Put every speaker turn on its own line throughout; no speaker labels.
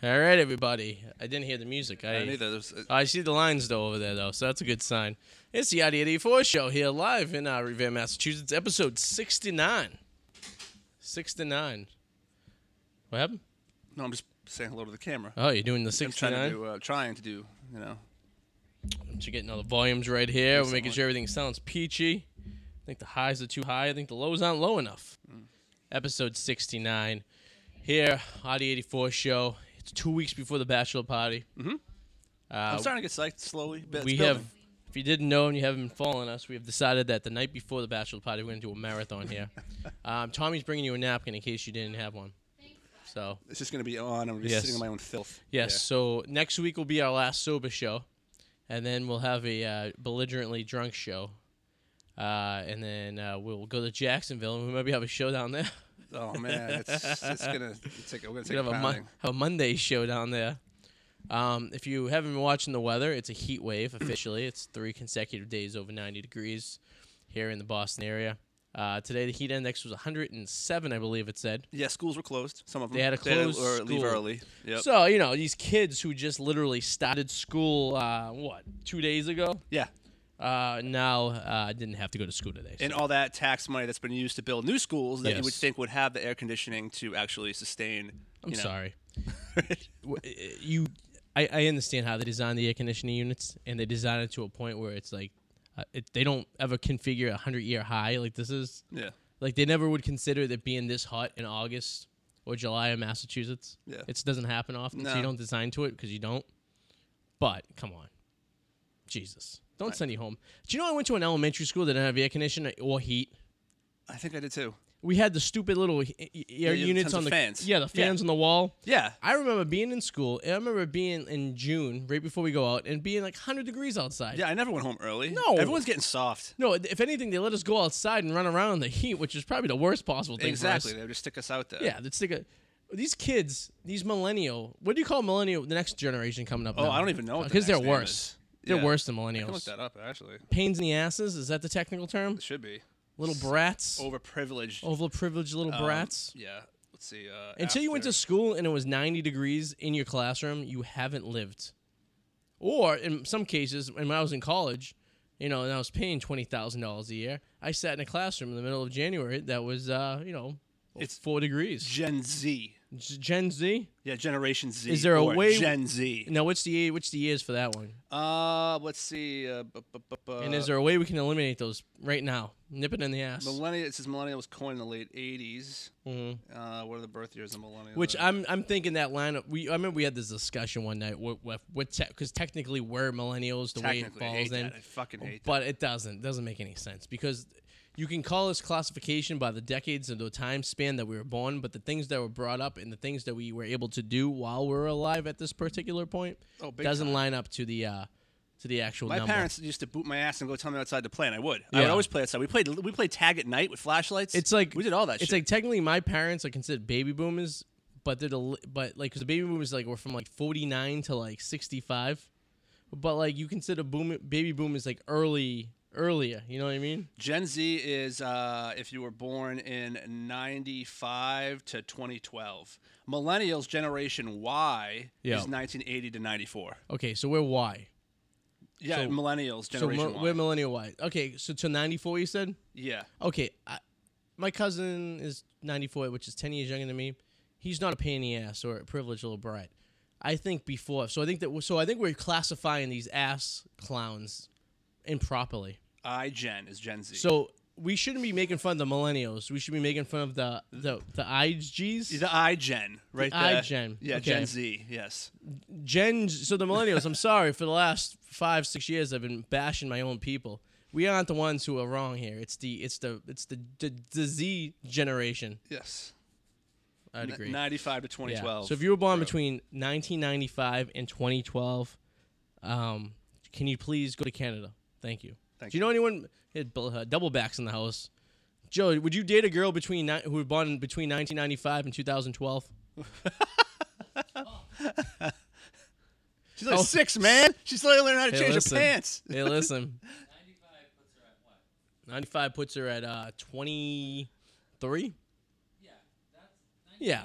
All right, everybody. I didn't hear the music. I,
I don't either. There's, uh,
I see the lines though over there though, so that's a good sign. It's the Yadi 84 show here live in uh, Revere, Massachusetts, episode 69. 69. What happened?
no, I'm just saying hello to the camera.
Oh, you're doing the
I'm trying to
69.
do, uh, trying to do, you know.
You're getting all the volumes right here. We're making
Excellent.
sure everything sounds peachy. I think the highs are too high. I think the lows aren't low enough.
Mm.
Episode 69 here, Yadi 84 show. It's two weeks before the bachelor party. Mm-hmm. Uh,
I'm starting to get psyched slowly. but it's
we
building.
have, if you didn't know and you haven't been following us, we have decided that the night before the bachelor party, we're going to do a marathon here. um, Tommy's bringing you a napkin in case you didn't have one. So
It's just going to be on. I'm going to be
Yes.
sitting in my own filth.
yes, so next week will be our last sober show, and then we'll have a uh, belligerently drunk show, uh, and then uh, we'll go to Jacksonville and we maybe have a show down there.
Yeah. Oh man, it's it's gonna take. We're gonna take
we
a
have a, Mon-
pounding.
have a Monday show down there. Um, if you haven't been watching the weather, it's a heat wave officially. it's three consecutive days over 90 degrees here in the Boston area. Uh, today, the heat index was 107, I believe it said.
Yeah, schools were closed. Some of them
They had to close
or leave
school.
early. Yep.
So, you know, these kids who just literally started school, uh, what, two days ago,
yeah,
uh, now uh, didn't have to go to school today. So.
and all that tax money that's been used to build new schools that you would
Yes.
think would have the air conditioning to actually sustain.
I'm
you know,
sorry. W- uh, you, I, I understand how they design the air conditioning units, and they design it to a point where it's like, uh, it, they don't ever configure a hundred year high like this is.
Yeah.
Like they never would consider it being this hot in August or July in Massachusetts.
Yeah.
it doesn't happen often, so
No.
you don't design to it because you don't. But come on, Jesus, don't send you home. Do you know I went to an elementary school that didn't have air conditioning or heat?
I think I did too.
We had the stupid little he- e- e- air
you have
units
tons
on
of
the
fans.
yeah the
Yeah.
fans on the wall.
Yeah.
I remember being in school. and I remember being in June, right before we go out, and being like 100 degrees outside.
Yeah, I never went home early.
No.
everyone's getting soft.
No, if anything, they let us go outside and run around in the heat, which is probably the worst possible thing. for us.
Exactly, they would just stick us out there.
Yeah, that's like a, these kids, these millennial. What do you call millennial? The next generation coming up.
Oh, I don't even know what the
because they're
next name
worse.
is.
They're
Yeah.
worse than
I can look
millennials.
that up actually. It
Pains in the asses is that the technical term?
should be
Little brats,
overprivileged.
overprivileged little
um,
brats.
Yeah. Let's see. Uh,
Until you went to
after-
school and it was 90 degrees in your classroom, you haven't lived. Or in some cases, when I was in college, you know, and I was paying twenty thousand dollars a year, I sat in a classroom in the middle of January that was, uh, you know, it's
It's-
four degrees.
Gen Z.
G- Gen Z.
Yeah, Generation Z.
Is there a
or
way-
Gen Z?
Now, what's the what's the years for that one?
Uh, let's see. Uh, bu- bu- bu- bu-
and is there a way we can eliminate those right now? Nip it in the ass.
millennial? It says millennial was coined in the late '80s.
Mhm.
Uh, what are the birth years of millennial?
Which
then?
I'm I'm thinking that lineup. We I remember we had this discussion one night. What what because technically we're millennials the way it
technically I
falls
hate
in.
that. I fucking hate
but it doesn't doesn't make any sense because you can call this classification by the decades and the time span that we were born but the things that were brought up and the things that we were able to do while we were alive at this particular point
Oh, big
doesn't
time.
line up to the uh to the actual
that. My
number
parents used to boot my ass and go tell me outside to play, and I would. I
Yeah.
would always play outside. We played. We played tag at night with flashlights.
it's like
we did all that.
it's
shit.
like technically my parents are considered baby boomers but they're the, li- but like because the baby boomers like were from like 49 to like 65 but like you consider boom baby boomers like early earlier you know what i mean
Gen Z is uh, if you were born in 95 to 2012. Millennials, Generation Y,
Yeah.
is 1980 to 94.
okay so we're y
Yeah,
So-
Millennials, Generation
so
Y.
we're millennial wise. Okay, so to 94 you said?
yeah.
Okay, I, my cousin is 94, which is 10 years younger than me. He's not a pain in the ass or a privileged little brat. I think before, so I think that we're- so I think we're classifying these ass clowns improperly.
I Gen is Gen Z.
So we shouldn't be making fun of the millennials. We should be making fun of the the the IGs.
the I Gen, right
The I
there.
Gen,
Yeah,
okay. Gen
Gen Z, yes.
Gen so the millennials, I'm sorry, for the last five, six years I've been bashing my own people. We aren't the ones who are wrong here. It's the it's the it's the the, the Z generation.
Yes.
I'd
N-
agree.
95 to
Yeah.
2012.
So if you were born between 1995 and 2012, um, can you please go to Canada? Thank you.
Thank
Do you know anyone? yeah, bu- uh, double backs in the house. Joe, would you date a girl between ni- who was born between 1995 and 2012?
She's like
Oh.
six, man. She's literally learning how to
Hey,
change
listen.
her pants.
Hey, listen. 95 puts her at what? 95 puts her at uh 23. Yeah, that's Yeah.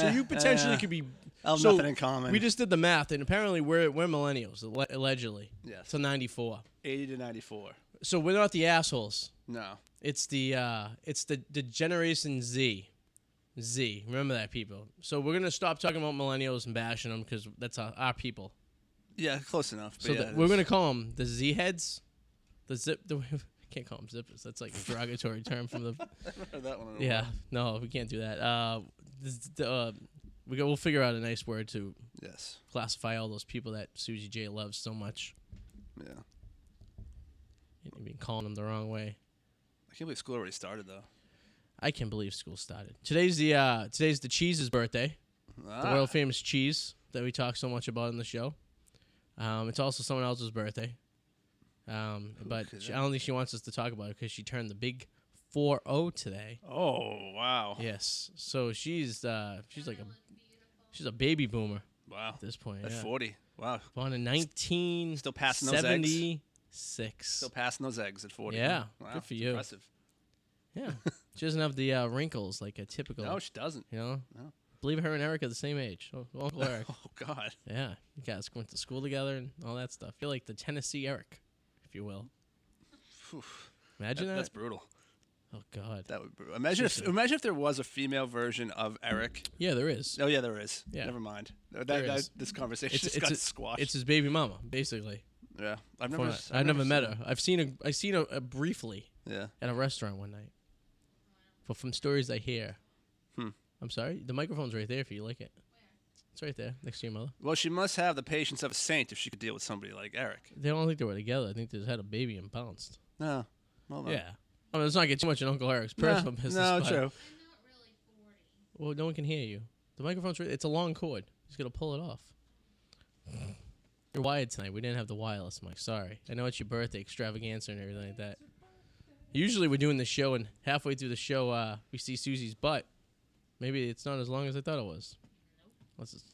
So
Uh,
you potentially
uh.
could be
I'll have
So,
nothing in common.
We just did the math, and apparently we're we're millennials alle- allegedly.
Yes.
So ninety four.
80 to 94.
So we're not the assholes.
No.
It's the uh, it's the the Generation Z, Z. Remember that people. So we're gonna stop talking about millennials and bashing them because that's our, our people.
Yeah, close enough. But
So
yeah,
the-
it
we're
is.
gonna call them the Z heads, the zip. The, can't call them zippers. That's like a derogatory term from the.
Heard that one in a
Yeah, no, we can't do that. Uh, this, the, uh, we go, we'll figure out a nice word to
while. Yes.
classify all those people that Susie J loves so much.
Yeah. I
You've been calling them the wrong way.
can't believe school already started though.
I can't believe school started. Today's the uh, today's the cheese's birthday. the
Ah,
world famous cheese that we talk so much about in the show. Um, it's also someone else's birthday, um, but
could
she, I don't think she wants us to talk about it because she turned the big four zero today.
oh wow.
Yes, so she's uh, she's like a she's a baby boomer
Wow.
at this point.
That's
yeah.
forty. Wow.
Born in nineteen
Still passing those eggs?
seventy six.
Still passing those eggs at forty.
Yeah,
Wow.
good for
it's
you.
Impressive.
Yeah, she doesn't have the uh, wrinkles like a typical.
No, she doesn't.
you know,
No.
believe her and Eric are the same age. Oh, Uncle Eric.
Oh God.
Yeah, you guys went to school together and all that stuff. You're like the Tennessee Eric, if you will.
Phew.
Imagine
That-
that.
that's brutal.
oh God.
That would br- imagine if imagine if there was a female version of Eric.
yeah, there is.
Oh yeah, there is.
Yeah.
Never mind. That,
There
that-
is.
this conversation
It's
just
it's
got
a-
squashed.
it's his baby mama, basically.
yeah. I've never.
Before
s-
that- I've never met
seen
her. I've seen a I seen her uh, briefly
Yeah.
at a restaurant one night. But from stories I hear.
Hmm.
I'm sorry. The microphone's right there if you like it. It's right there next to your mother.
Well, she must have the patience of a saint if she could deal with somebody like Eric.
They don't think they were together. I think they just had a baby and bounced.
No. Well, no.
Yeah. I mean, let's not get too much in Uncle Eric's personal
no,
business.
No,
but-
true.
Well, no one can hear you. The microphone's re- it's a long cord. He's gonna pull it off. You're wired tonight. We didn't have the wireless mic. Sorry. I know it's your birthday extravaganza and everything like that. Usually we're doing the show, and halfway through the show, uh, we see Susie's butt. Maybe it's not as long as I thought it was. Unless it's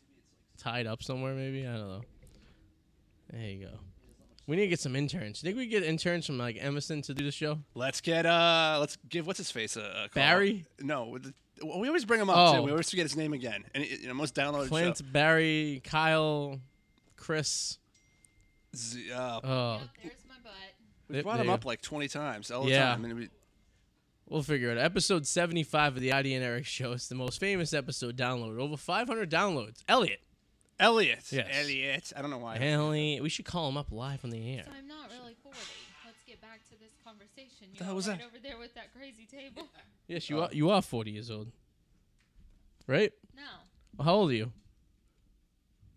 tied up somewhere, maybe I don't know. There you go. We need to get some interns. You think we could get interns from like Emerson to do the show?
Let's get uh, let's give what's his face a, a call.
Barry?
No, with the- we always bring him up
Oh.
too. We always forget his name again. And it- you know, most downloaded
Clint,
show.
Barry, Kyle, Chris.
Z- uh,
Oh,
Yep, there's my butt.
there-
we brought
there
him
you
up like twenty times all the
Yeah.
time. And we,
We'll figure it out. Episode 75 of the ID and Eric show. It's the most famous episode downloaded. Over 500 downloads. Elliot.
Elliot.
Yes.
Elliot. I don't know why.
Elliot. We should call him up live on the air.
So I'm not really 40. Let's get back to this conversation. You
That
were
was
right
a-
over there with that crazy table.
Yes, you are You are 40 years old. Right?
No,
Well, how old are you?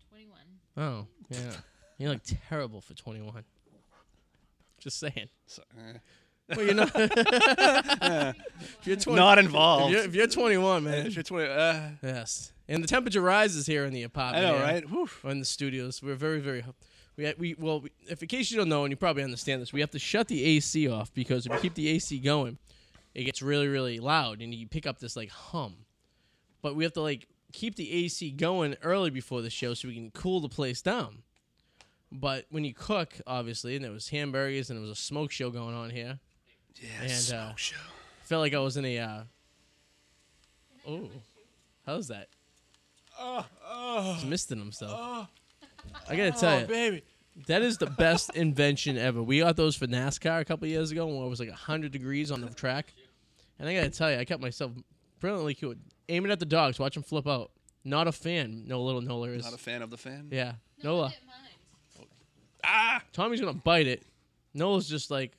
21.
Oh, yeah. You look terrible for 21. Just saying.
So, eh.
Well, you're not. If you're 20
Not
if
involved.
you're, if you're 21,
Eh,
man.
if you're 20, uh,
Yes. And the temperature rises here in the
I
apartment.
know,
yeah.
right? Whew.
We're in the studios. We're very, very. We, we well, we, if in case you don't know, and you probably understand this, we have to shut the AC off because if you keep the AC going, it gets really, really loud, and you pick up this like hum. But we have to like keep the AC going early before the show so we can cool the place down. But when you cook, obviously, and there was hamburgers and there was a smoke show going on here,
Yeah,
And, uh,
smoke show.
felt like I was in a. Uh, oh, how's that?
Oh, oh,
He's misting himself.
oh,
I gotta tell you.
baby.
That is the best invention ever. We got those for NASCAR a couple years ago when it was like 100 degrees on the track. And I got to tell you, I kept myself brilliantly cute. Aiming at the dogs, watch them flip out. Not a fan. No little Nola is.
Not a fan of the fan.
yeah.
No, I
Nola.
didn't mind.
Ah.
Tommy's going to bite it. Nola's just like,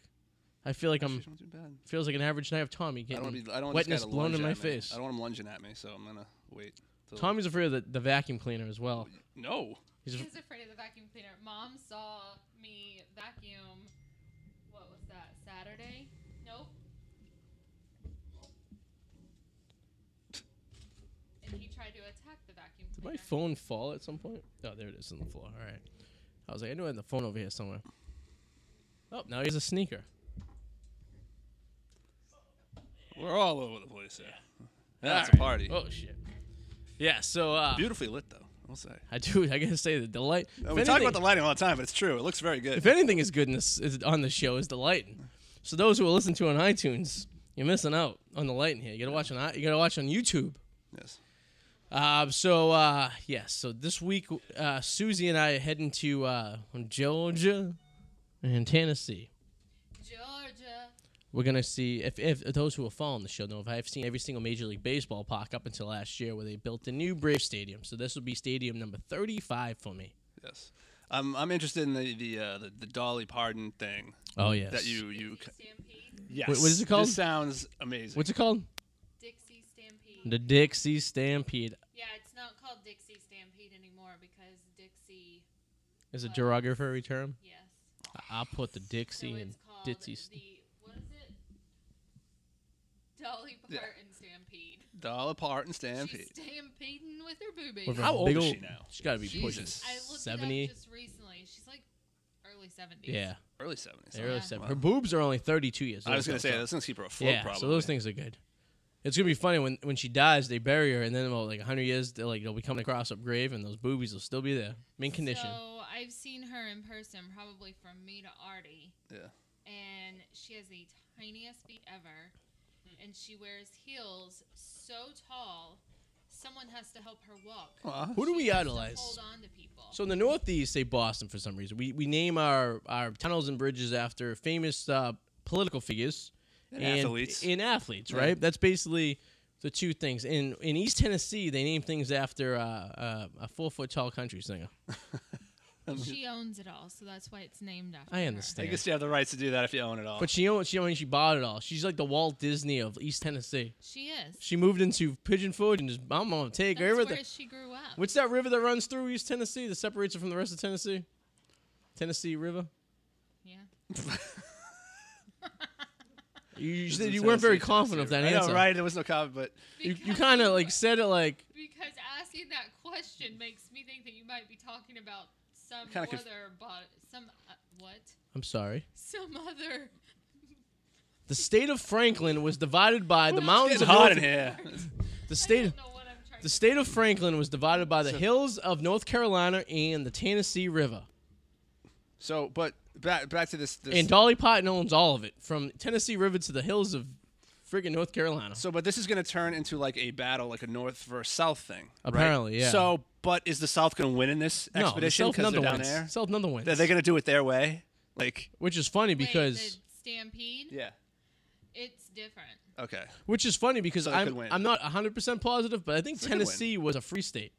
I feel like I'm,
She's not too bad.
feels like an average night of Tommy
I don't
getting
want to be. I don't want this guy
wetness
to
blown
lunge
in
at
my
me.
face.
I don't want him lunging at me, so I'm gonna wait. till-
Tommy's afraid of the, the vacuum cleaner as well.
No.
He's
He
a,
was afraid of the vacuum cleaner. Mom saw me vacuum. What was that? Saturday? Nope. And he tried to attack the vacuum
did
cleaner.
my phone fall at some point? Oh, there it is on the floor. All right. I was like, I knew I had the phone over here somewhere. Oh, now he's a sneaker.
We're all over the place here. That's
All
a party.
right. Oh shit. Yeah. So uh,
Beautifully lit, though. I'll say.
I do. I gotta say the delight.
Uh, we talk about the lighting all the time, but it's true. It looks very good.
If anything is good in this is on the show is the lighting. So those who are listening to on iTunes, you're missing out on the lighting here. You gotta watch on i- you gotta watch on YouTube.
yes.
Um, so uh, yes, so this week uh, Susie and I are heading to uh, Georgia and Tennessee.
Georgia.
We're gonna see if, if those who are following the show know if I've seen every single Major League Baseball park up until last year where they built the new Brave Stadium. So this will be Stadium number thirty-five for me.
Yes. I'm, I'm interested in the the, uh, the the Dolly Parton thing
Oh yes.
that you you
Dixie Stampede.
yes.
what is it called?
This sounds amazing.
What's it called?
Dixie Stampede.
The Dixie Stampede.
yeah, it's not called Dixie Stampede anymore because Dixie.
Is a derogatory term.
Yes.
I- I'll put the
So
Dixie and
it's called
Ditsy. St-
the what is it? Dolly
Yeah.
Parton Stampede.
Dolly Parton
She's
Stampede.
stampeding with her boo
With
baby.
her
How old
big
is she now?
She's got to be pushing
Jesus.
I looked it
seventy.
up just recently. She's like early seventies.
Yeah,
Early 70s.
early
Yeah.
seven.
Wow.
Her boobs are only thirty-two years.
I was gonna
old, so-
say that's gonna keep her afloat.
Yeah,
probably.
so those things are good. It's gonna be funny when when she dies, they bury her, and then well, like hundred years, they're like they'll be coming across a grave, and those boobies will still be there, in condition.
So I've seen her in person, probably from me to Artie.
Yeah.
And she has the tiniest feet ever,
Hmm.
and she wears heels so tall, someone has to help her walk.
Aw.
Who do
She
we
has to
idolize?
Hold on to people.
So in the Northeast, say Boston for some reason, we we name our our tunnels and bridges after famous uh, political figures
And athletes.
In athletes,
Yeah.
right? That's basically the two things. In in East Tennessee, they name things after uh, uh, a four foot tall country singer.
she owns it all, so that's why it's named after.
I
her.
I
understand,
guess you have the rights to do that if you own it all.
but she owned she owned she bought it all. She's like the Walt Disney of East Tennessee.
She is.
She moved into Pigeon Forge and just I'm gonna take
that's
her
where
with her.
she grew up.
What's that river that runs through East Tennessee that separates it from the rest of Tennessee? Tennessee River.
yeah.
You, you
It's
said
in
you weren't very
Tennessee,
confident of
Tennessee.
that
I know,
answer.
right? There was no comment, but
You, you
Because
kind of like said it like
Because asking that question makes me think that you might be talking about some
Kinda conf-
other bod some uh, what?
I'm sorry.
Some other
The state of Franklin was divided by the mountains
it's
of
hot
North-
in here.
the
I
state.
don't know what I'm trying
The
to
state of Franklin was divided by the
So-
hills of North Carolina and the Tennessee River.
So, but back back to this. this
And Dolly Parton owns all of it, from Tennessee River to the hills of friggin' North Carolina.
so, but this is going to turn into like a battle, like a North versus South thing. right?
Apparently, yeah.
So, but is the South going to win in this
no,
expedition
South
because
Nunda
they're down
wins.
there?
South Nunda wins.
Are they going to do it their way? Like,
which is funny
Wait,
because
the stampede.
yeah.
It's different.
Okay.
Which is funny because
So they could
I'm,
win.
I'm not 100% positive, but I think
So they could win.
Tennessee was a free state.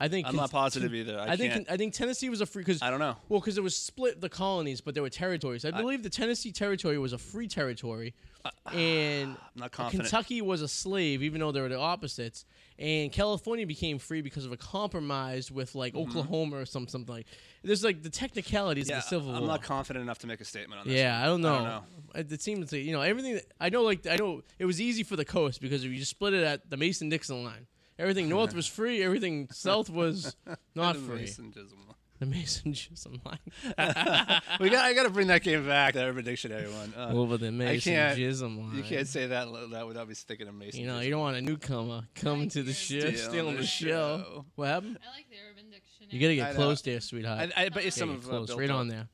I think
I'm not positive either. I,
I think
can't.
I think Tennessee was a free because
I don't know.
Well, because it was split the colonies, but there were territories. I believe the Tennessee territory was a free territory, and
Uh, I'm not confident.
Kentucky was a slave, even though they were the opposites. And California became free because of a compromise with like Oklahoma or some something like. There's like the technicalities
Mm-hmm. yeah,
of the Civil
I'm
War.
not confident enough to make a statement on this.
Yeah, I don't know.
I don't know.
It, it seems like you know everything. that- I know, like I know, it was easy for the coast because if you just split it at the Mason-Dixon line, everything north was free, everything south was not free.
Masonjism.
The Mason-Dixon line
we got. I got to bring that game back. That Urban Dictionary one. Uh,
over the
I can't-
Mason-Jism line.
you can't say that lo- that without me sticking a Mason.
uh, You know, you don't want a newcomer coming to the
Steal
show, stealing the show. What happened?
I like the urban dictionary.
You gotta
I
get
know.
close there, sweetheart.
I, I bet
Gotta
you some
get
of uh,
close,
built
right
up.
on there.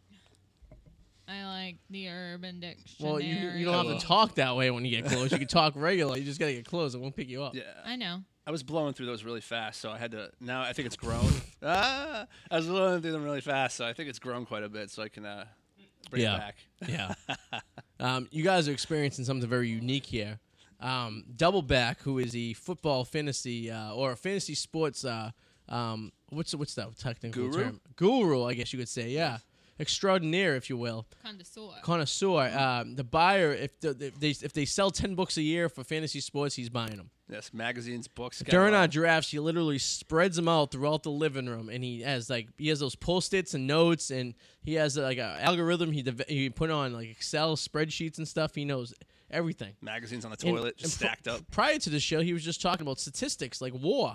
I like the urban dictionary.
Well, you, you don't have
Hello.
to talk that way when you get close. You can talk regular. You just gotta get close. It won't pick you up.
Yeah,
I know.
I was blowing through those really fast, so I had to. Now I think it's grown. ah, I was blowing through them really fast, so I think it's grown quite a bit. So I can uh, bring
Yeah.
it back.
Yeah. um, you guys are experiencing something very unique here. Um, Doubleback, who is a football fantasy uh, or a fantasy sports, uh, um, what's what's that technical
Guru?
term? Guru, I guess you could say. Yeah, extraordinaire, if you will,
Condesor.
connoisseur. Um, the buyer, if the, if they if they sell ten books a year for fantasy sports, he's buying them.
Yes, magazines, books. got
During
a lot.
our drafts, he literally spreads them out throughout the living room, and he has like he has those post-its and notes, and he has like an algorithm he dev- he put on like Excel spreadsheets and stuff. He knows everything.
magazines on the
And-
toilet, just
and
stacked
pr-
up.
Prior to the show, he was just talking about statistics like war,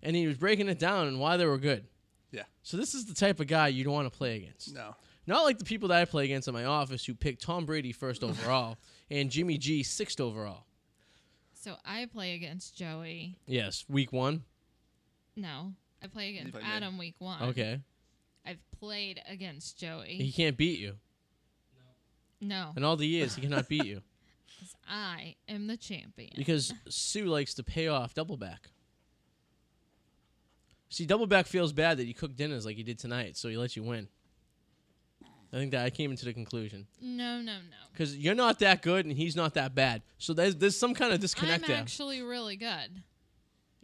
and he was breaking it down and why they were good.
Yeah.
So this is the type of guy you don't want to play against.
No.
Not like the people that I play against in my office who picked Tom Brady first overall and Jimmy G sixth overall.
So I play against Joey.
Yes, week one.
No, I play against
play me.
Adam week one.
Okay,
I've played against
he
Joey.
can't beat you.
No,
In all the years, he cannot beat you.
'Cause I am the champion.
because Sue likes to pay off double back. See, double back feels bad that you cook dinners like you did tonight, so he let you win. I think that I came into the conclusion
no, no, no.
because you're not that good and he's not that bad, so there's there's some kind of disconnect
I'm
there.
actually really good.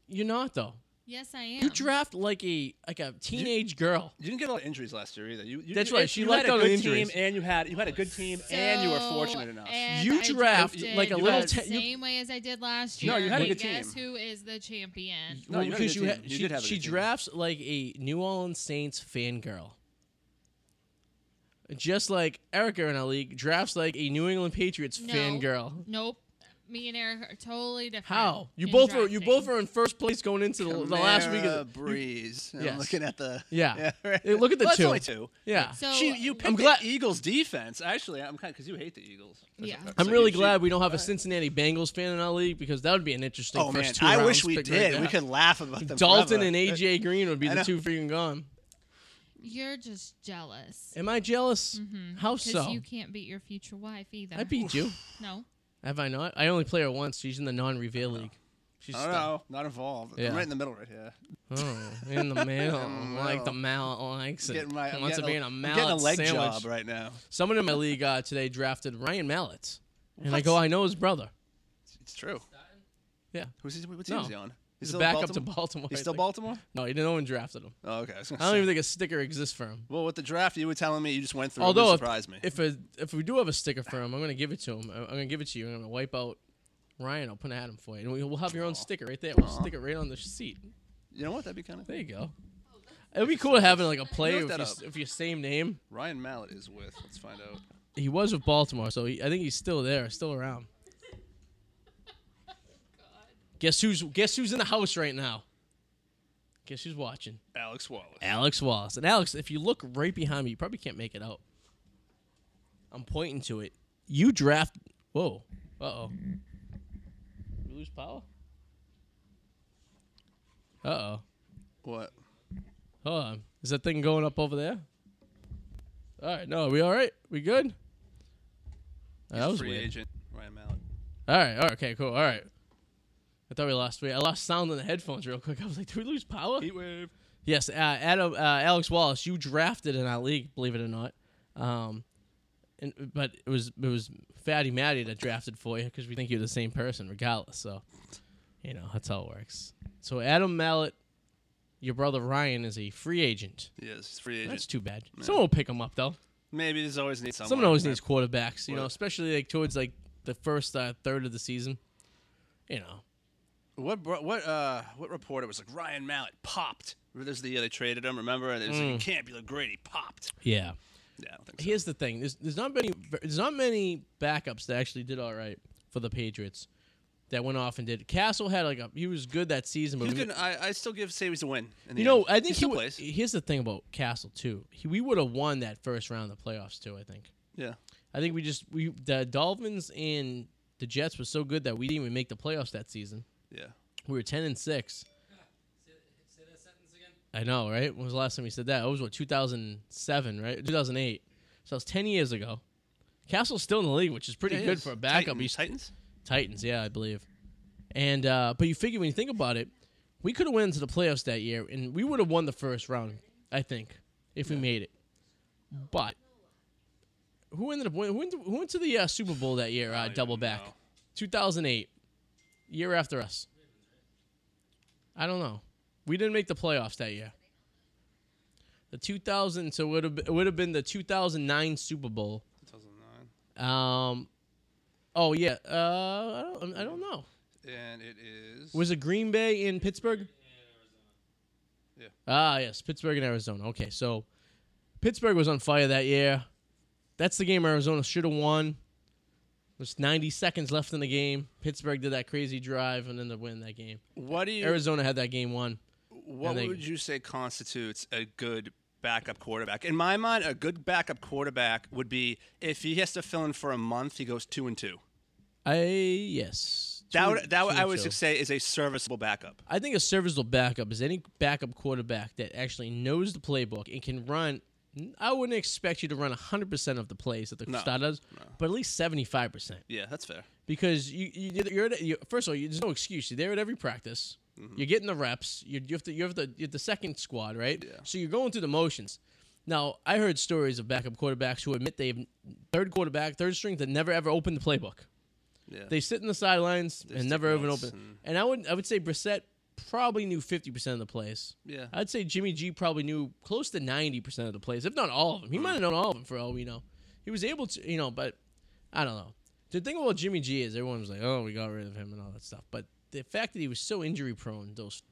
you're not though.
Yes, I am.
You draft like a like a teenage girl.
You didn't get a lot of injuries last year either. You, you,
That's
you-
right, she
you
lucked
had a
out on
good
injuries.
team, and you had you had a good team, and you were fortunate
So,
enough.
and
You
I
draft
drafted
like a
the
little
same
te- you-
way as I did last year.
No, you had a
and
good
guess
team.
who is the champion?
No, you had a
because
good
you,
team. You
she,
did have a
she
good team.
drafts like a New Orleans Saints fangirl. Just like Erica in our league drafts like a New England Patriots
No.
fangirl.
Nope. Me and Eric are totally different.
How you
in
both were you
drafting.
both were in first place going into the, the last week
Kamara
of the,
Breeze.
yes.
I'm looking at the
Yeah.
right.
Hey, look at the
well, it's
two.
only two.
yeah.
So
she, you
uh,
picked
glad-
the Eagles defense. Actually, I'm kind because you hate the Eagles.
Yeah.
So
I'm really
you- she-
glad we don't have a Cincinnati Bengals fan in our league because that would be an interesting.
Oh
first
man,
two
I
rounds
wish we
pick right
did. We
there.
could laugh about them.
Dalton
forever.
and AJ Green would be
I
the
know.
two freaking gone.
You're just jealous.
Am I jealous? How
Because
so?
Mm-hmm. you can't beat your future wife either.
I beat you.
No.
Have I not? I only play her once. She's in the non-reveal league. She's
I don't
stuck.
know, not involved.
Yeah.
I'm right in the middle right here.
Oh, in the middle,
Mm,
like
wow.
the mallet likes it.
Getting my, I'm
Wants to
getting
be in
a,
a
I'm
mallet
getting a leg
sandwich.
job right now.
Someone in my league uh, today drafted Ryan Mallett, and I
What?
go, I know his brother.
It's- It's true.
Yeah.
Who's he? What team
No.
is he on?
He's
He's
the
still
backup to
Baltimore?
Baltimore.
He's
I
still
think.
Baltimore?
No, he didn't. No one drafted him.
Oh, okay. I, was gonna
I don't
say.
even think a sticker exists for him.
Well, with the draft you were telling me you just went through, it
Although
would
if,
surprise me.
if a, if we do have a sticker for him, I'm gonna give it to him. I- I'm gonna give it to you. I'm gonna wipe out Ryan. I'll put an Adam for you, and we- we'll have your own sticker right there. We'll stick it right on the seat.
you know what? That'd be kind of
There you go. It'd be cool having like a play
Note
if
that
you,
up.
if your same name.
Ryan Mallett is with. Let's find out.
He was with Baltimore, so he, I think he's still there, still around. Guess who's guess who's in the house right now? Guess who's watching?
Alex Wallace.
Alex Wallace. And Alex, if you look right behind me, you probably can't make it out. I'm pointing to it. You draft. Whoa. Uh oh. We lose power. Uh oh.
What?
Hold on. Is that thing going up over there? All right. No, are we all right? We good?
He's
that
a
was
free
weird.
agent. Ryan Mallett.
All right. All right. Okay. Cool. All right. I thought we lost. Wait, I lost sound in the headphones real quick. I was like, "Do we lose power?"
Heat wave.
Yes, uh, Adam, uh, Alex Wallace, you drafted in our league, believe it or not. Um, and but it was it was Fatty Matty that drafted for you because we think you're the same person, regardless. So, you know that's how it works. So Adam Mallett, your brother Ryan is a free agent.
Yes, he's a free agent.
That's too bad. Someone will pick him up though.
Maybe there's always needs someone.
Someone always needs quarterbacks, you know,
What?
especially like towards like the first uh, third of the season. You know,
What bro- what uh what reporter was like Ryan Mallett popped? There's the year they traded him. Remember? And There's like,
Mm.
you can't be like great. He popped.
yeah.
Yeah, I don't think so.
Here's the thing: there's there's not many there's not many backups that actually did all right for the Patriots that went off and did. Castle had like a he was good that season, but
He's
we-
gonna- I, I still give Savies a win. in the
you know
end.
I think he
still
would-
plays.
here's the thing about Castle too: he, we would have won that first round of the playoffs too. I think
Yeah.
I think we just we the Dolphins and the Jets were so good that we didn't even make the playoffs that season.
Yeah.
We were ten and six. I know, right? When was the last time you said that? It was what 2007, right? 2008. So it's 10 years ago. Castle's still in the league, which is pretty
Yeah, he
good
is.
for a backup.
Titans.
He's
Titans.
Titans, yeah, I believe. And uh, but you figure when you think about it, we could have went into the playoffs that year, and we would have won the first round, I think, if we made it. But who ended up winning? Who went to, who went to the uh, Super Bowl that year? Uh,
don't
double back,
know.
2008, year after us. I don't know. We didn't make the playoffs that year. The 2000, so it would have it would have been the 2009 Super Bowl.
2009.
Um, oh yeah. Uh, I don't, I don't know.
And it is.
Was it Green Bay in Pittsburgh?
Yeah.
Ah, yes, Pittsburgh and Arizona. Okay, so Pittsburgh was on fire that year. That's the game Arizona should have won. There's 90 seconds left in the game. Pittsburgh did that crazy drive and then to win that game.
what do you?
Arizona had that game won.
what
and they-
would you say constitutes a good backup quarterback? In my mind, a good backup quarterback would be if he has to fill in for a month, he goes two and two.
I yes.
That
Two-
would, that would,
two
I
and
would
two.
say is a serviceable backup.
I think a serviceable backup is any backup quarterback that actually knows the playbook and can run I wouldn't expect you to run 100% of the plays that the
No,
star does,
no.
but at least 75%.
Yeah, that's fair.
Because you, you you're at, you, first of all, you, there's no excuse. You're there at every practice.
Mm-hmm.
You're getting the reps. You, you have to, you have the you're the second squad, right?
Yeah.
So you're going through the motions. Now I heard stories of backup quarterbacks who admit they have third quarterback, third string that never ever opened the playbook.
Yeah.
They sit in the sidelines and
stick
never even
notes
open.
and-
And I would I would say Brissett probably knew 50% of the plays.
yeah.
I'd say Jimmy G probably knew close to 90% of the plays, if not all of them. He might have known all of them for all we know. He was able to, you know, but I don't know. The thing about Jimmy G is everyone was like, oh, we got rid of him and all that stuff. But the fact that he was so injury prone, those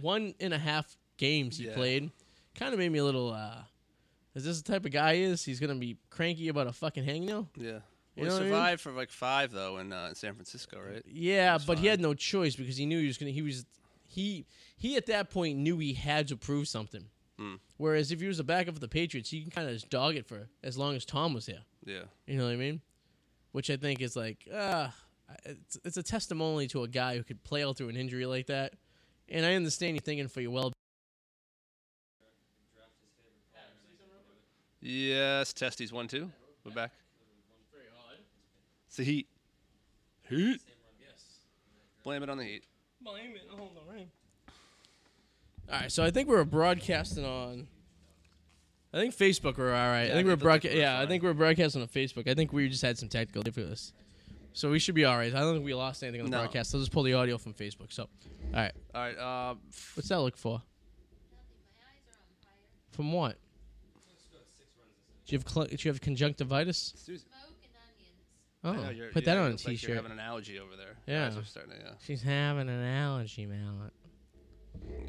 one and a half games he
Yeah.
played, kind of made me a little, uh, is this the type of guy he is? He's going to be cranky about a fucking hangnail?
yeah.
You
We
know what I mean?
survived for like five though in uh, in San Francisco, right?
Yeah,
That's
but he
fine.
had no choice because he knew he was gonna. He was he he at that point knew he had to prove something.
Mm.
Whereas if he was a backup for the Patriots, he can kind of just dog it for as long as Tom was here.
Yeah.
You know what I mean? Which I think is like, uh, it's, it's a testimony to a guy who could play all through an injury like that. And I understand you thinking for your well.
Yes, testes one two. We're back. It's the heat. Heat. Blame it on the heat.
All right, so I think we're broadcasting on. I think Facebook we're all right.
Yeah,
I think we're
I think that's
broadca-
what we're
Yeah, I
fine.
think we're broadcasting on Facebook. I think we just had some technical difficulties, so we should be all right. I don't think we lost anything on the
No.
broadcast. I'll just pull the audio from Facebook. So, all right,
All right. Uh, f-
what's that look for? From what? Do you have cl- do you have conjunctivitis?
Susan.
Smoke and onions.
Oh,
I know you're-
put that
yeah, you
on a
look like
t-shirt.
You're having an allergy over there.
Yeah.
Eyes are starting to,
She's having an allergy, mallet.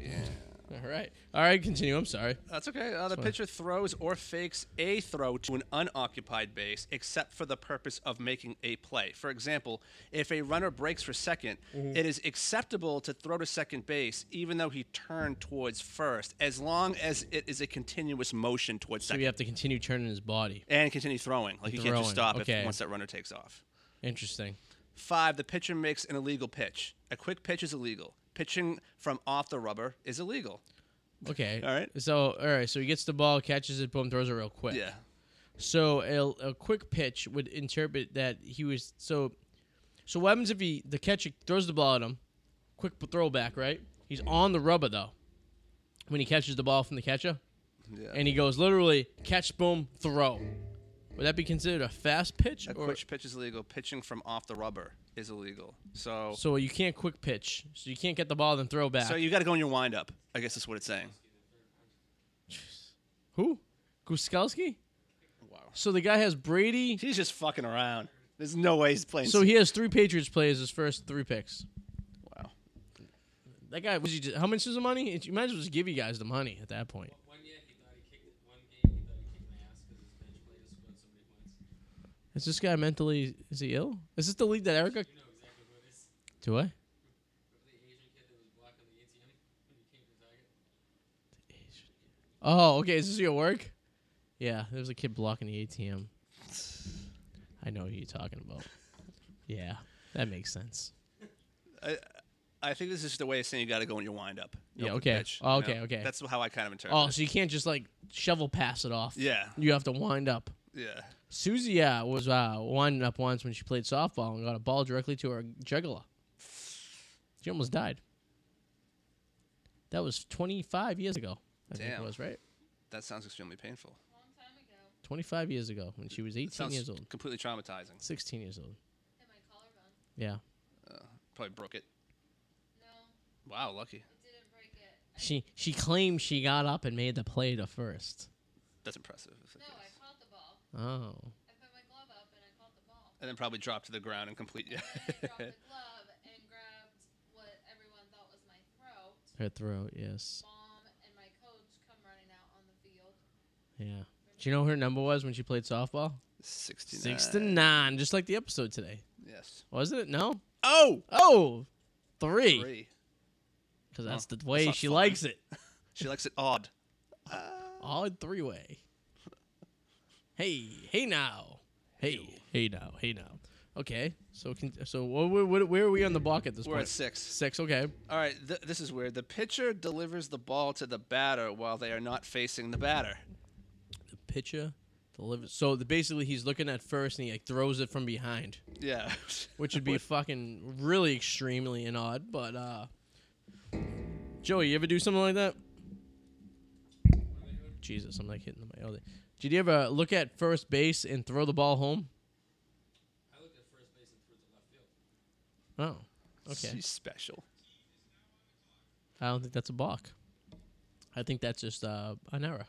yeah. yeah.
All right, all right, continue. I'm sorry.
That's okay. Uh, the
fine.
pitcher throws or fakes a throw to an unoccupied base, except for the purpose of making a play. For example, if a runner breaks for 2nd
Mm-hmm.
it is acceptable to throw to second base, even though he turned towards first, as long as it is a continuous motion towards
So
second,
we have to continue turning his body.
and continue throwing. Like you can't just
Throwing,
stop
okay.
if once that runner takes off.
Interesting.
Five, the pitcher makes an illegal pitch. A quick pitch is illegal. Pitching from off the rubber is illegal.
Okay.
All right.
So all right. So he gets the ball, catches it, boom, throws it real quick.
Yeah.
So a, a quick pitch would interpret that he was so. So what happens if he the catcher throws the ball at him? Quick throwback, right? He's on the rubber though. When he catches the ball from the catcher,
Yeah.
and he goes literally catch, boom, throw. Would that be considered a fast pitch?
A quick pitch is illegal. Pitching from off the rubber is illegal. So, so,
so you can't quick pitch. So you can't get the ball then throw back.
you got to go in your windup. I guess that's what it's saying.
Who? Guskowski?
Wow.
So the guy has Brady.
He's just fucking around. There's no way he's playing.
So he has three Patriots plays his first three picks.
wow.
That guy was he just, how much is the money? It- You might as well just give you guys the money at that point.
One year he thought he kicked it, one game he thought he kicked my ass because his bench player scored so many points.
Is this guy mentally is he ill? Is this the league that Erica
You know exactly who it is.
Do I?
Remember the Asian kid that was blocking the ATM when he came to target?
Oh, okay. Is this your work? Yeah, there's a kid blocking the ATM. I know who you're talking about. Yeah, that makes sense.
I think this is just a way of saying you got to go in your windup. No
Yeah,
quick
okay.
pitch.
Oh,
You
okay,
know,
okay.
That's how I kind of interpret.
Oh,
it.
so you can't just like shovel pass it off.
Uh, Yeah.
You have to wind up.
Yeah.
Susie uh, was uh, winding up once when she played softball and got a ball directly to her jugular. She almost died. That was 25 years ago. I think
Damn.
it was right.
That sounds extremely painful.
Long time ago,
25 years ago when she was
It
18
sounds
years old,
completely traumatizing.
16 years old.
hit my collarbone.
Yeah,
Probably broke it.
No,
Wow, lucky.
it didn't break it. I,
she she claimed she got up and made the play to first.
That's impressive. if it
no, I
is.
caught the ball.
Oh,
I put my glove up and I caught the ball.
And then probably dropped to the ground and complete. Yeah.
And then I dropped the glove and grabbed what everyone thought was my throat.
her throat. Yes,
Mom and my coach come running out on the field.
yeah. Do you know what her number was when she played softball?
69.
Six to nine, just like the episode today.
Yes.
Was it? No.
Oh.
Oh, three.
Three.
Because
Huh.
that's the
That's
way
not
she
fun.
likes it.
She likes it odd.
Odd three way. Hey, hey now. Hey, hey now, hey now. Okay, so can, so what, what, what, where are we on the block at this
We're
point?
at six.
Six. Okay.
All right, th- this is weird. The pitcher delivers the ball to the batter while they are not facing the batter.
The pitcher. Deliver. So the, basically, he's looking at first, and he like throws it from behind,
Yeah.
which would be fucking really extremely and odd. But uh, Joey, you ever do something like that? Jesus, I'm like hitting the mic. all day. Did you ever look at first base and throw the ball home?
I looked at first base and threw it to left field.
Oh, okay.
She's special.
I don't think that's a balk. I think that's just uh, an error.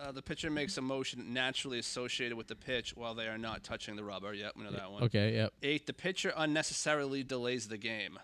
Uh, the pitcher makes a motion naturally associated with the pitch while they are not touching the rubber. Yep, we know that one.
Okay, yep.
Eight, the pitcher unnecessarily delays the game.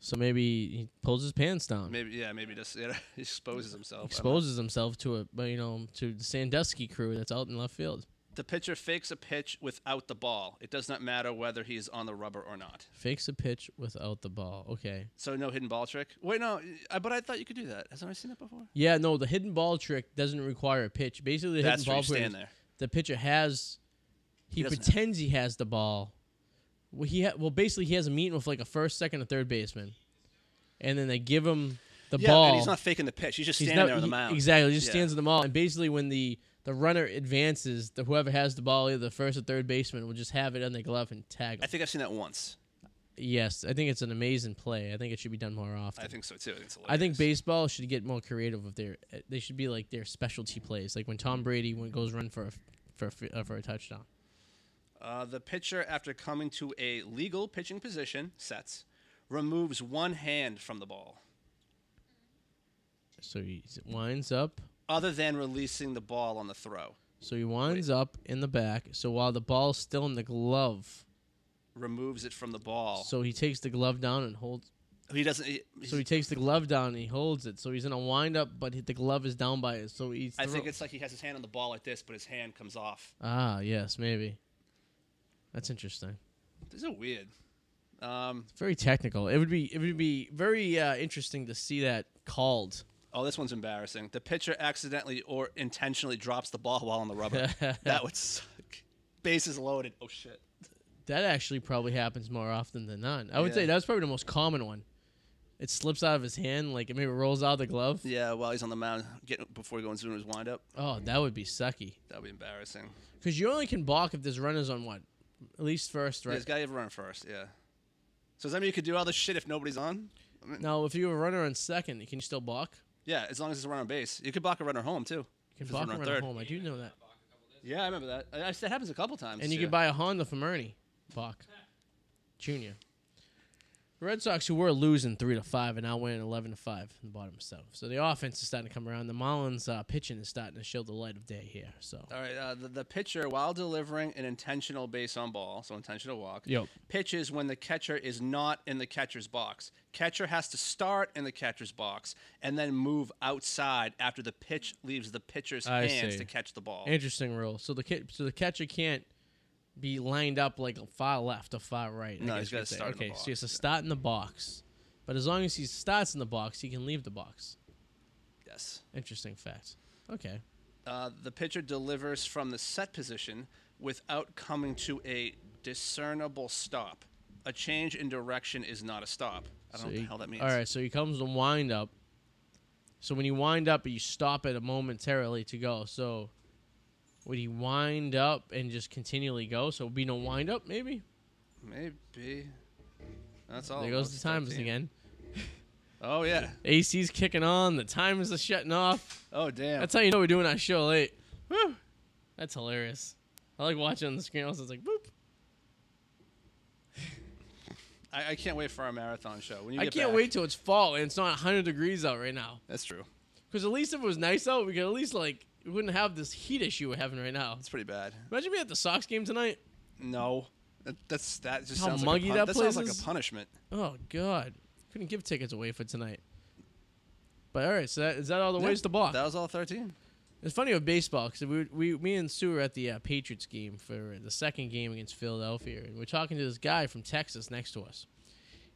So maybe he pulls his pants down,
Maybe, yeah, maybe just yeah, he exposes himself. I don't know.
exposes himself to a but, you know to the Sandusky crew that's out in left field.
The pitcher fakes a pitch without the ball. It does not matter whether he is on the rubber or not.
Fakes a pitch without the ball. Okay.
So no hidden ball trick. Wait, no, I, but I thought you could do that. Hasn't I seen that before?
Yeah, no, the hidden ball trick doesn't require a pitch. Basically, the
That's
hidden
where
ball
you
trick
stand
is
there.
the pitcher has he,
doesn't have-
pretends he has the ball. Well, he ha- well basically he has a meeting with like a first, second, or third baseman, and then they give him the
Yeah,
ball.
and he's not faking the pitch. He's just
He's
standing
not-
there on the
he-
mound.
Exactly. He just
Yeah.
stands in the mall, and basically when the the runner advances, the whoever has the ball, either the first or third baseman, will just have it on their glove and tag.
I
him.
think I've seen that once.
yes, I think it's an amazing play. I think it should be done more often.
I think so too. I think, it's
I think
hilarious.
baseball should get more creative with their. uh, They should be like their specialty plays, like when Tom Brady when goes run for a, for a, f- uh, for a touchdown.
Uh, the pitcher, after coming to a legal pitching position, sets, removes one hand from the ball,
So he s- winds up.
other than releasing the ball on the throw.
So he winds up in the back. So while the ball's still in the glove,
Removes it from the ball. So
so he takes the glove down and holds.
he doesn't. He,
So he takes the glove down and he holds it. So he's in a wind up, but he- the glove is down by it. So he's.
I think
throw-
it's like he has his hand on the ball like this, but his hand comes off.
Ah yes, maybe. That's interesting.
These are weird. Um,
Very technical. It would be it would be very uh, interesting to see that called.
oh, this one's embarrassing. The pitcher accidentally or intentionally drops the ball while on the rubber. that would suck. Bases loaded. Oh shit.
That actually probably happens more often than not. I would
Yeah.
say that's probably the most common one. It slips out of his hand, like it maybe rolls out of the glove.
Yeah, while he's on the mound, getting before he goes into his windup,
Oh, that would be sucky.
that'd be embarrassing.
Because you only can balk if there's runners on what, at least first,
Right.
right?
He's got to have a run first, yeah. So does that mean you could do all this shit if nobody's on? I mean,
Now, if you have a runner on second, can you still balk?
Yeah, as long as it's a run on base. You could block a runner home, too.
You
If
can
it's a
balk
run
and
on
run
third.
home. I do know that.
Yeah, I remember that. I, I, that happens a couple times.
And you
yeah.
could buy a Honda from Ernie Balk Junior. The Red Sox, who were losing three to five, and now winning eleven to five in the bottom seven. So the offense is starting to come around. The Marlins uh, pitching is starting to show the light of day here. So
All right, uh, the, the pitcher, while delivering an intentional base on ball, so intentional walk,
Yep.
pitches when the catcher is not in the catcher's box. Catcher has to start in the catcher's box and then move outside after the pitch leaves the pitcher's
I
hands
see.
to catch the ball.
Interesting rule. So the ki- so the catcher can't be lined up like far left or far right. I
No,
guess
he's
you
gotta
could say.
start in
Okay,
the
so he has to
box, yeah.
start in the box, but as long as he starts in the box, he can leave the box.
Yes.
Interesting fact. Okay.
Uh, the pitcher delivers from the set position without coming to a discernible stop. A change in direction is not a stop. I don't
So
know what
he-
the hell that means.
All right, so he comes to wind up. So when you wind up, you stop at a momentarily to go. So would he wind up and just continually go? So it would be no wind up, maybe?
Maybe. That's all.
there
it
goes
was.
the times
13.
again.
Oh, yeah.
AC's kicking on. The timers are shutting off.
Oh, damn.
That's how you know we're doing our show late. Woo! That's hilarious. I like watching on the screen. I was just like, boop.
I, I can't wait for our marathon show. When you
I
get
can't
back-
wait till it's fall and it's not 100 degrees out right now.
That's true.
Because at least if it was nice out, we could at least, like, we wouldn't have this heat issue we're having right now.
That's pretty bad.
Imagine being at the Sox game tonight.
No. That, that's that just
How
sounds
muggy
like
that
a pun- sounds
place
like
is?
a punishment.
Oh God, couldn't give tickets away for tonight. But all right, so that, is that all the ways to balk?
That was all 13.
it's funny with baseball because we, we, me and Sue were at the uh, Patriots game for the second game against Philadelphia, and we're talking to this guy from Texas next to us,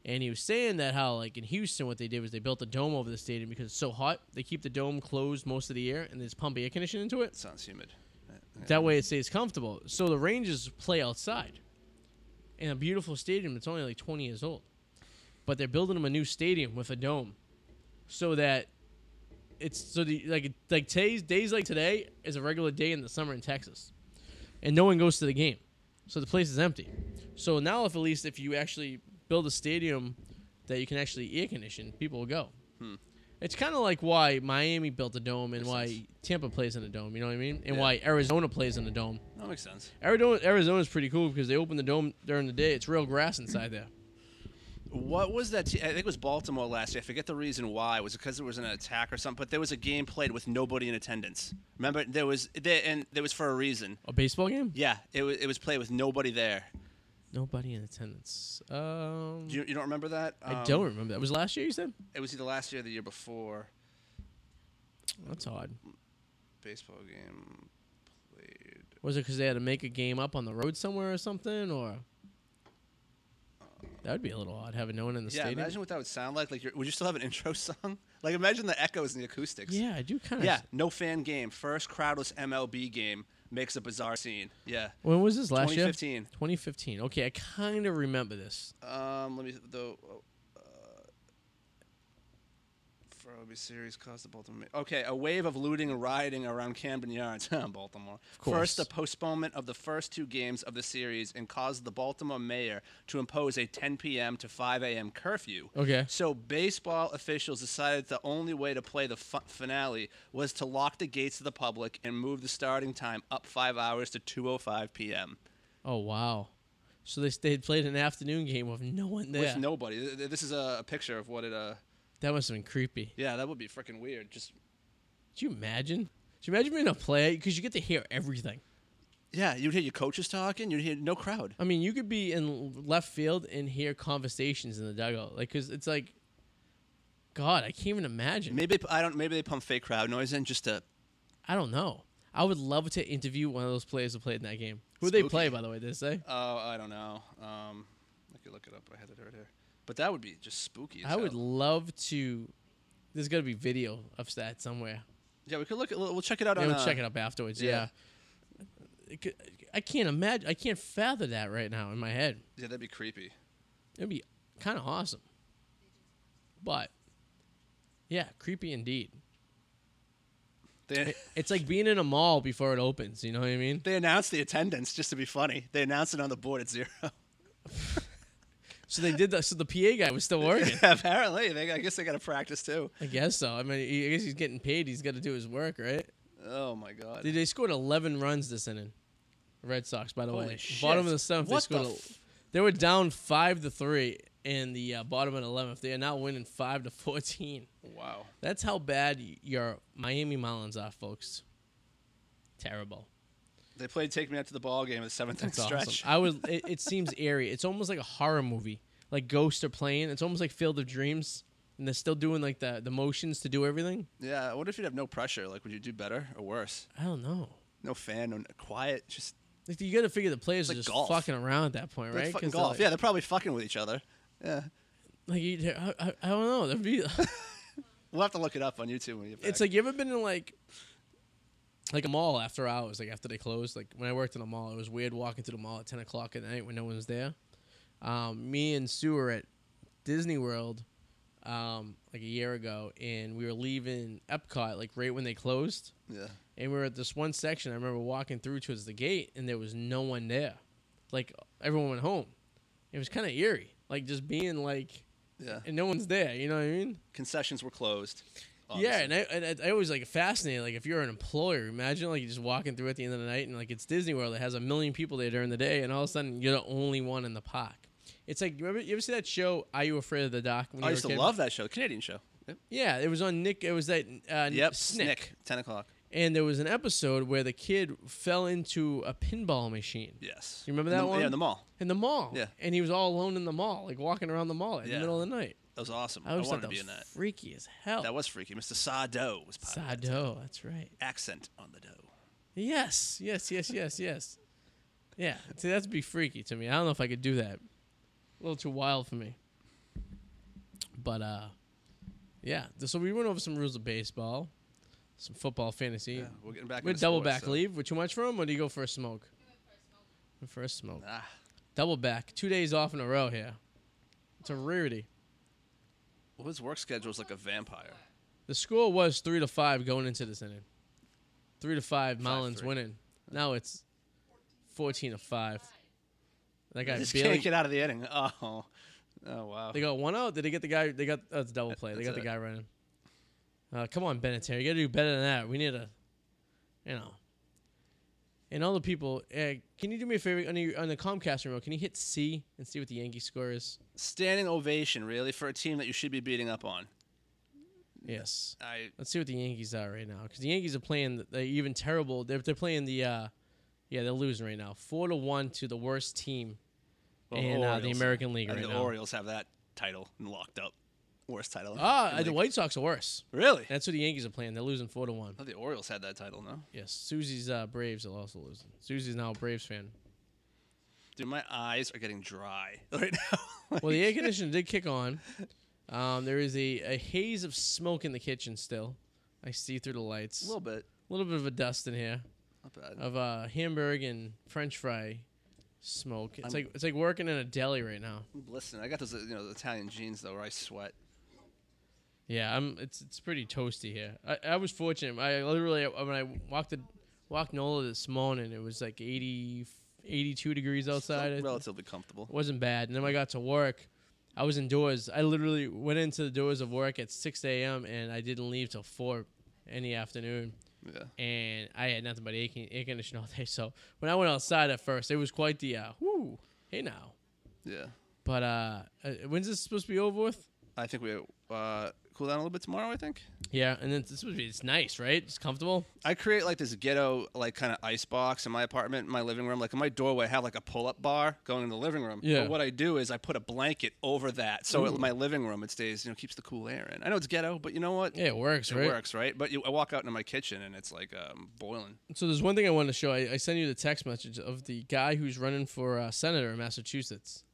and he was saying that how like in Houston, what they did was they built a dome over the stadium because it's so hot, they keep the dome closed most of the year, and they just pump air conditioning into it.
Sounds humid. Yeah.
That way it stays comfortable. So the Rangers play outside in a beautiful stadium that's only like 20 years old. But they're building them a new stadium with a dome so that it's so the like like today's days like today is a regular day in the summer in Texas, and no one goes to the game, so the place is empty. So now, if at least if you actually build a stadium that you can actually air condition, people will go. It's kind of like why Miami built a dome and why Tampa plays in a dome. You know what I mean? And
Yeah.
why Arizona plays in a dome.
That makes sense.
Arizona Arizona's pretty cool because they open the dome during the day. It's real grass inside there.
What was that? Te- I think it was Baltimore last year. I forget the reason why. Was it because there was an attack or something? But there was a game played with nobody in attendance. Remember, there was there and there was for a reason.
A baseball game?
Yeah, it was it was played with nobody there.
Nobody in attendance. Um,
Do you, you don't remember that?
I
Um,
don't remember that. Was it last year you said?
It was either last year or the year before.
That's odd.
Baseball game played.
Was it because they had to make a game up on the road somewhere or something? Or that would be a little odd having no one in the
yeah,
stadium.
imagine what that would sound like. Like, you're, would you still have an intro song? Like, imagine the echoes and the acoustics.
yeah, I do kind of.
Yeah. No fan game. First crowdless MLB game makes a bizarre scene. Yeah.
When was this last year?
2015.
2015. Okay, I kind of remember this.
Um, let me though. Uh, for OB series caused the Baltimore. Okay, a wave of looting and rioting around Camden Yards, Baltimore.
course.
First, the postponement of the first two games of the series and caused the Baltimore mayor to impose a 10 p.m. to 5 a.m. curfew.
Okay.
So baseball officials decided the only way to play the fi- finale was to lock the gates to the public and move the starting time up five hours to 2:05 p.m.
Oh wow. So they they had played an afternoon game with no one there.
with nobody. Th- th- This is a, a picture of what it. Uh,
that must have been creepy.
yeah, that would be freaking weird. Just
Could you imagine? Could you imagine being a player? Because you get to hear everything.
yeah, you'd hear your coaches talking. You'd hear no crowd.
I mean, you could be in left field and hear conversations in the dugout. Like, because it's like, God, I can't even imagine.
Maybe p- I don't. Maybe they pump fake crowd noise in just to.
I don't know. I would love to interview one of those players who played in that game. Who they
Spooky.
play, by the way, did it say?
Oh, I don't know. Um, I could look it up. I had it right here. But that would be just spooky. as
I would
hell.
love to. There's got to be video of that somewhere.
yeah, we could look. At, we'll we'll check it out.
Yeah,
on,
we'll
uh,
check it up afterwards. Yeah.
yeah.
It could- I can't imagine. I can't fathom that right now in my head.
Yeah, that'd be creepy.
It'd be kind of awesome. But, yeah, creepy indeed.
They,
It- It's like being in a mall before it opens. You know what I mean?
they announced the attendance just to be funny. They announced it on the board at zero.
So they did that. So the PA guy was still working.
Apparently, they, I guess they got to practice too.
I guess so. I mean, he- I guess he's getting paid. He's got to do his work, right?
Oh my god.
They, they scored 11 runs this inning. The Red Sox, by the
Holy
way,
shit.
bottom of the seventh.
What
they
the
scored. a-
f-
they were down five to three in the uh, bottom of the eleventh. They are now winning five to 14.
wow.
That's how bad y- your Miami Marlins are, folks. Terrible.
They played "Take Me Out to the Ball Game" at the seventh inning
That's
stretch.
awesome. I was. It, it seems eerie. It's almost like a horror movie. Like ghosts are playing. It's almost like Field of Dreams, and they're still doing like the the motions to do everything.
Yeah, I wonder if you'd have no pressure. Like, would you do better or worse?
I don't know.
No fan, no quiet, just
Like you got to figure the players are
like
just
golf.
fucking around at that point,
like
right?
fucking
'Cause they're
golf.
like-
yeah, they're probably fucking with each other. Yeah,
Like you, I, I, I don't know. That'd be.
we'll have to look it up on YouTube when you. Get back.
it's like you ever been in like. Like a mall after hours, like after they closed. Like when I worked in a mall, it was weird walking through the mall at ten o'clock at night when no one's there. Um, me and Sue were at Disney World um, like a year ago, and we were leaving Epcot like right when they closed.
yeah,
and we were at this one section. I remember walking through towards the gate, and there was no one there. Like everyone went home. It was kind of eerie, like just being like,
yeah.
and no one's there. You know what I mean?
Concessions were closed.
Yeah,
obviously.
and I, and I I always like fascinated. Like if you're an employer, imagine like you just walking through at the end of the night, and like it's Disney World. It has a million people there during the day, and all of a sudden you're the only one in the park. It's like you ever you ever see that show? Are you afraid of the dark? When
I
you
used
were a
to
kid?
love that show, Canadian show. Yep,
Yeah, it was on Nick. It was that uh,
yep.
Snick.
Snick. Ten o'clock.
and there was an episode where the kid fell into a pinball machine
Yes.
You remember
In
that
the-
one?
Yeah, in the mall.
in the mall.
Yeah.
And he was all alone in the mall, like walking around the mall in the
Yeah.
middle of the night.
That was awesome.
I
I,
always
wanted
thought
to
that was
be in that.
freaky as hell.
That was freaky. Mr. Sado was part of that.
Sado. That's right.
Accent on the dough.
Yes, yes, yes, yes, yes. Yeah. See, that'd be freaky to me. I don't know if I could do that. A little too wild for me. But uh, yeah. th- So we went over some rules of baseball, some football fantasy.
Yeah, we're getting back.
We're
into
double
sports,
back
so-
leave. Were too much for him, or do you go for a smoke? For a smoke.
Ah,
Double back. Two days off in a row here. It's a rarity.
well, his work schedule is like a vampire.
The score was three to five going into this inning. Three to five, Mullins
5-3.
winning. Now it's fourteen to five. That guy
Just
barely.
can't get out of the inning. Oh, oh wow.
They got one out. Did they get the guy? They got that's a double play. They
That's
got the
it.
guy running. Uh, come on, Benetton. You got to do better than that. We need a, you know. And all the people, uh, can you do me a favor on, your, on the Comcast remote? Can you hit C and see what the Yankee score is?
Standing ovation, really, for a team that you should be beating up on.
Yes.
I
Let's see what the Yankees are right now, because the Yankees are playing. They're even terrible. They're, they're playing the, uh, yeah, they're losing right now, four to one to the worst team
well,
in uh, the
Oh, Orioles.
American
I
League
think
right
the
now.
Orioles have that title locked up. Worst title. in
Ah,
league.
the White Sox are worse.
Really? I
That's what the Yankees are playing. They're losing four to one.
thought the Orioles had that title. No,
Yes, Susie's uh, Braves are also losing. Susie's now a Braves fan.
dude, my eyes are getting dry right now. Like,
Well, the air conditioner did kick on. Um, there is a, a haze of smoke in the kitchen still. I see through the lights.
a little
a
bit.
little bit of a dust in here
Not bad.
of uh, hamburg and French fry smoke. It's
I'm-
like it's like working in a deli right now.
Listen, I got those uh, you know Italian jeans though, where I sweat.
Yeah, I'm. It's it's pretty toasty here. I, I was fortunate. I literally when I walked the walked Nola this morning, it was like 80, 82 degrees outside. I-
relatively comfortable.
wasn't bad. And then when I got to work, I was indoors. I literally went into the doors of work at 6 a.m. and I didn't leave till 4 in the afternoon.
Yeah.
And I had nothing but air con- air conditioning all day. So when I went outside at first, it was quite the uh, whoo, hey now.
Yeah.
But uh, uh, when's this supposed to be over with?
I think we uh, cool down a little bit tomorrow. I think
Yeah, and then this would be it's nice, right? It's comfortable.
I create like this ghetto like kind of ice box in my apartment, in my living room. Like in my doorway, I have like a pull up bar going in the living room.
Yeah.
But what I do is I put a blanket over that, so
Ooh.
it, my living room it stays you know keeps the cool air in. I know it's ghetto, but you know what?
Yeah, it works,
It
right?
works, right? But you, I walk out into my kitchen and it's like um, boiling.
So there's one thing I wanted to show. I, I sent you the text message of the guy who's running for uh, senator in Massachusetts.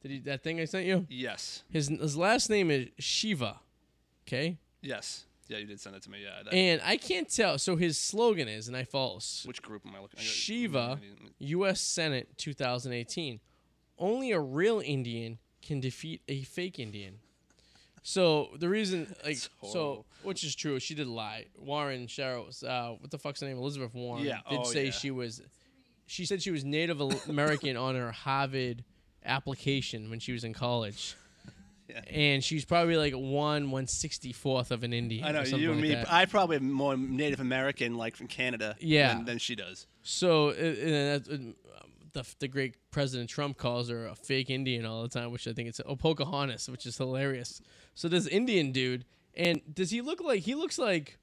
Did he, that thing I sent you?
Yes,
His his last name is Shiva. Okay?
yes, yeah. You did send it to me. Yeah. That,
And I can't tell. So his slogan is, and I follow s-
which group am I looking? I got-
Shiva, U.S. Senate 2018. Only a real Indian can defeat a fake Indian. So the reason, like,
That's
so
horrible.
which is true, she did lie. Warren Sharrows, uh, what the fuck's her name? Elizabeth Warren
Yeah,
did
oh,
say
yeah.
she was, she said she was Native Al- American on her Harvard application when she was in college.
Yeah.
And she's probably like one one sixty fourth of an Indian.
I know
or something
you and
like
me.
that.
I probably am more Native American, like from Canada.
Yeah.
Than, than she does.
So uh, uh, that's, uh, the the great President Trump calls her a fake Indian all the time, which I think it's oh Pocahontas, which is hilarious. So this Indian dude, and does he look like he looks like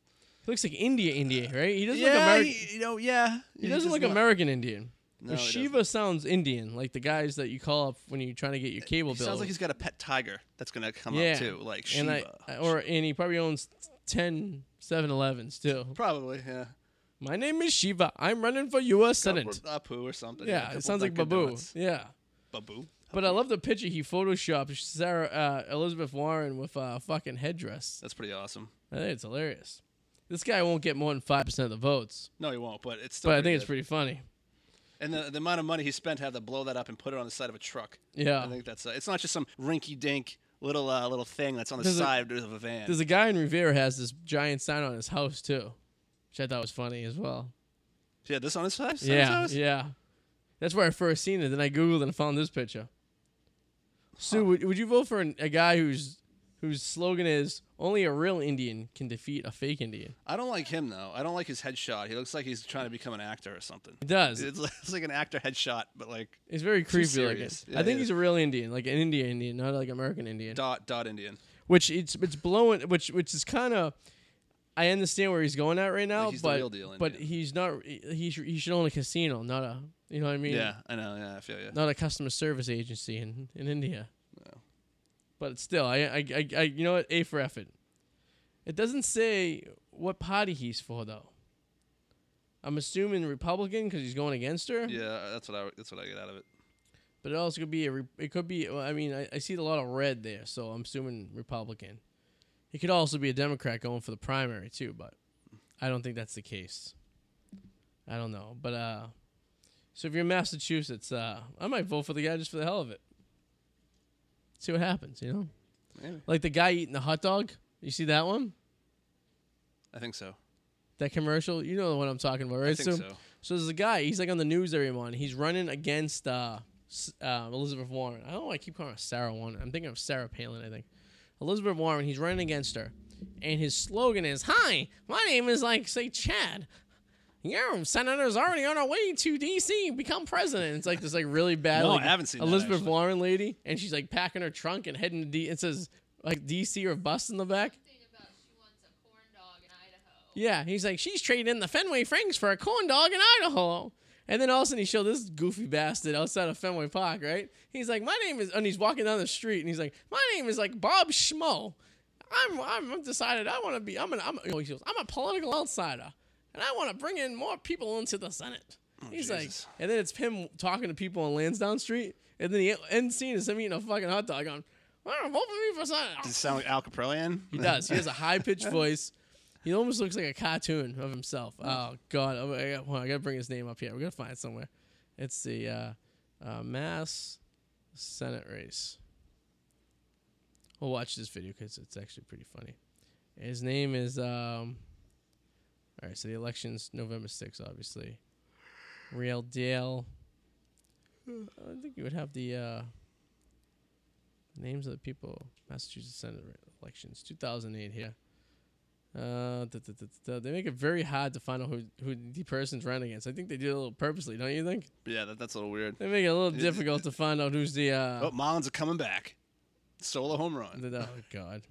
he looks like India India, right? He doesn't look American. He,
he- you know, yeah.
doesn't look American Indian.
No, he
Shiva sounds Indian, like the guys that you call up when you're trying to get your cable
He
bill.
sounds like he's got a pet tiger that's gonna come
Yeah.
up too, like
and I,
Shiva.
or and he probably owns 10 7-Elevens too.
probably, yeah.
My name is Shiva. I'm running for U.S. Senate.
Apu or something. a
Yeah,
couple
it sounds like
Dunkin'
Babu.
Donuts.
Yeah.
Babu.
But I love the picture he photoshopped Sarah uh, Elizabeth Warren with a uh, fucking headdress.
That's pretty awesome.
I think it's hilarious. This guy won't get more than five percent of the votes,
No, he won't, but it's still.
but I think it's
good.
pretty funny.
And the, the amount of money he spent had to blow that up and put it on the side of a truck. I
Yeah.
think that's. Uh, it's not just some rinky-dink little uh, little thing that's on the
There's a-
side of a van.
There's a guy in Revere has this giant sign on his house too, which I thought was funny as well.
yeah, this on his side.
yeah, yeah. That's where I first seen it. Then I googled and found this picture. Sue, would, would you vote for an, a guy whose whose slogan is "Only a real Indian can defeat a fake Indian"?
I don't like him though. I don't like his headshot. He looks like he's trying to become an actor or something.
It does.
It's like, it's like an actor headshot, but like
He's very creepy like
serious.
it.
Yeah,
I think
yeah.
he's a real Indian, like an Indian Indian, not like American Indian.
dot dot Indian.
Which it's it's blowing which which is kind of I understand where he's going at right now,
Like, he's the
but
real deal
but
Indian.
he's not he should, he should own a casino, not a you know what I mean?
Yeah, I know. Yeah, I feel you.
Not a customer service agency in in India.
No.
But still, I I, I I you know what? A for effort. It doesn't say what party he's for though. I'm assuming Republican because he's going against her.
Yeah, uh, that's what I that's what I get out of it.
But it also could be a. Re- it could be. well, I mean, I, I see a lot of red there, so I'm assuming Republican. He could also be a Democrat going for the primary too, but I don't think that's the case. I don't know, but uh, so if you're in Massachusetts, uh, I might vote for the guy just for the hell of it. See what happens, you know.
Maybe.
Like the guy eating the hot dog. You see that one?
I think so.
That commercial, you know what I'm talking about, right?
I think so.
So there's a guy. He's like on the news every morning. He's running against uh, S- uh, Elizabeth Warren. I don't know. why I keep calling her Sarah Warren. I'm thinking of Sarah Palin. I think Elizabeth Warren. He's running against her, and his slogan is "Hi, my name is like say Chad." Yeah, senator's already on our way to D.C. Become president. It's like this like really bad.
No, I
like,
haven't seen that,
Elizabeth
actually.
Warren lady, and she's like packing her trunk and heading to D. It says like D.C. or bust in the back.
Thing about she wants a corn dog in Idaho.
Yeah, he's like, she's trading in the Fenway Franks for a corn dog in Idaho. And then all of a sudden he showed this goofy bastard outside of Fenway Park, right? He's like, my name is, and he's walking down the street and he's like, my name is like Bob Schmo. I'm, I'm, I'm decided I want to be, I'm an, I'm, a, oh, he goes, I'm a political outsider and I want to bring in more people into the Senate. he's
Jesus.
like, and then it's him talking to people on Lansdowne Street. And then the end scene is him eating a fucking hot dog on, vote for me for Senate.
Does it sound like Al Caprellian?
He does. He has a high pitched voice. He almost looks like a cartoon of himself. Oh God! Oh, I got, hold on, I got to bring his name up here. We're gonna find it somewhere. It's the uh, uh, Mass Senate race. We'll watch this video because it's actually pretty funny. His name is. Um, all right, so the election's November sixth, obviously. Real deal. I think you would have the uh, names of the people. Massachusetts Senate elections, 2008 here. Uh, da, da, da, da, da. They make it very hard to find out who who the person's running against. I think they do it a little purposely, don't you think?
yeah, that, that's a little weird.
They make it a little difficult to find out who's the. Uh,
Oh, Mullins are coming back. Solo home run.
the- oh God.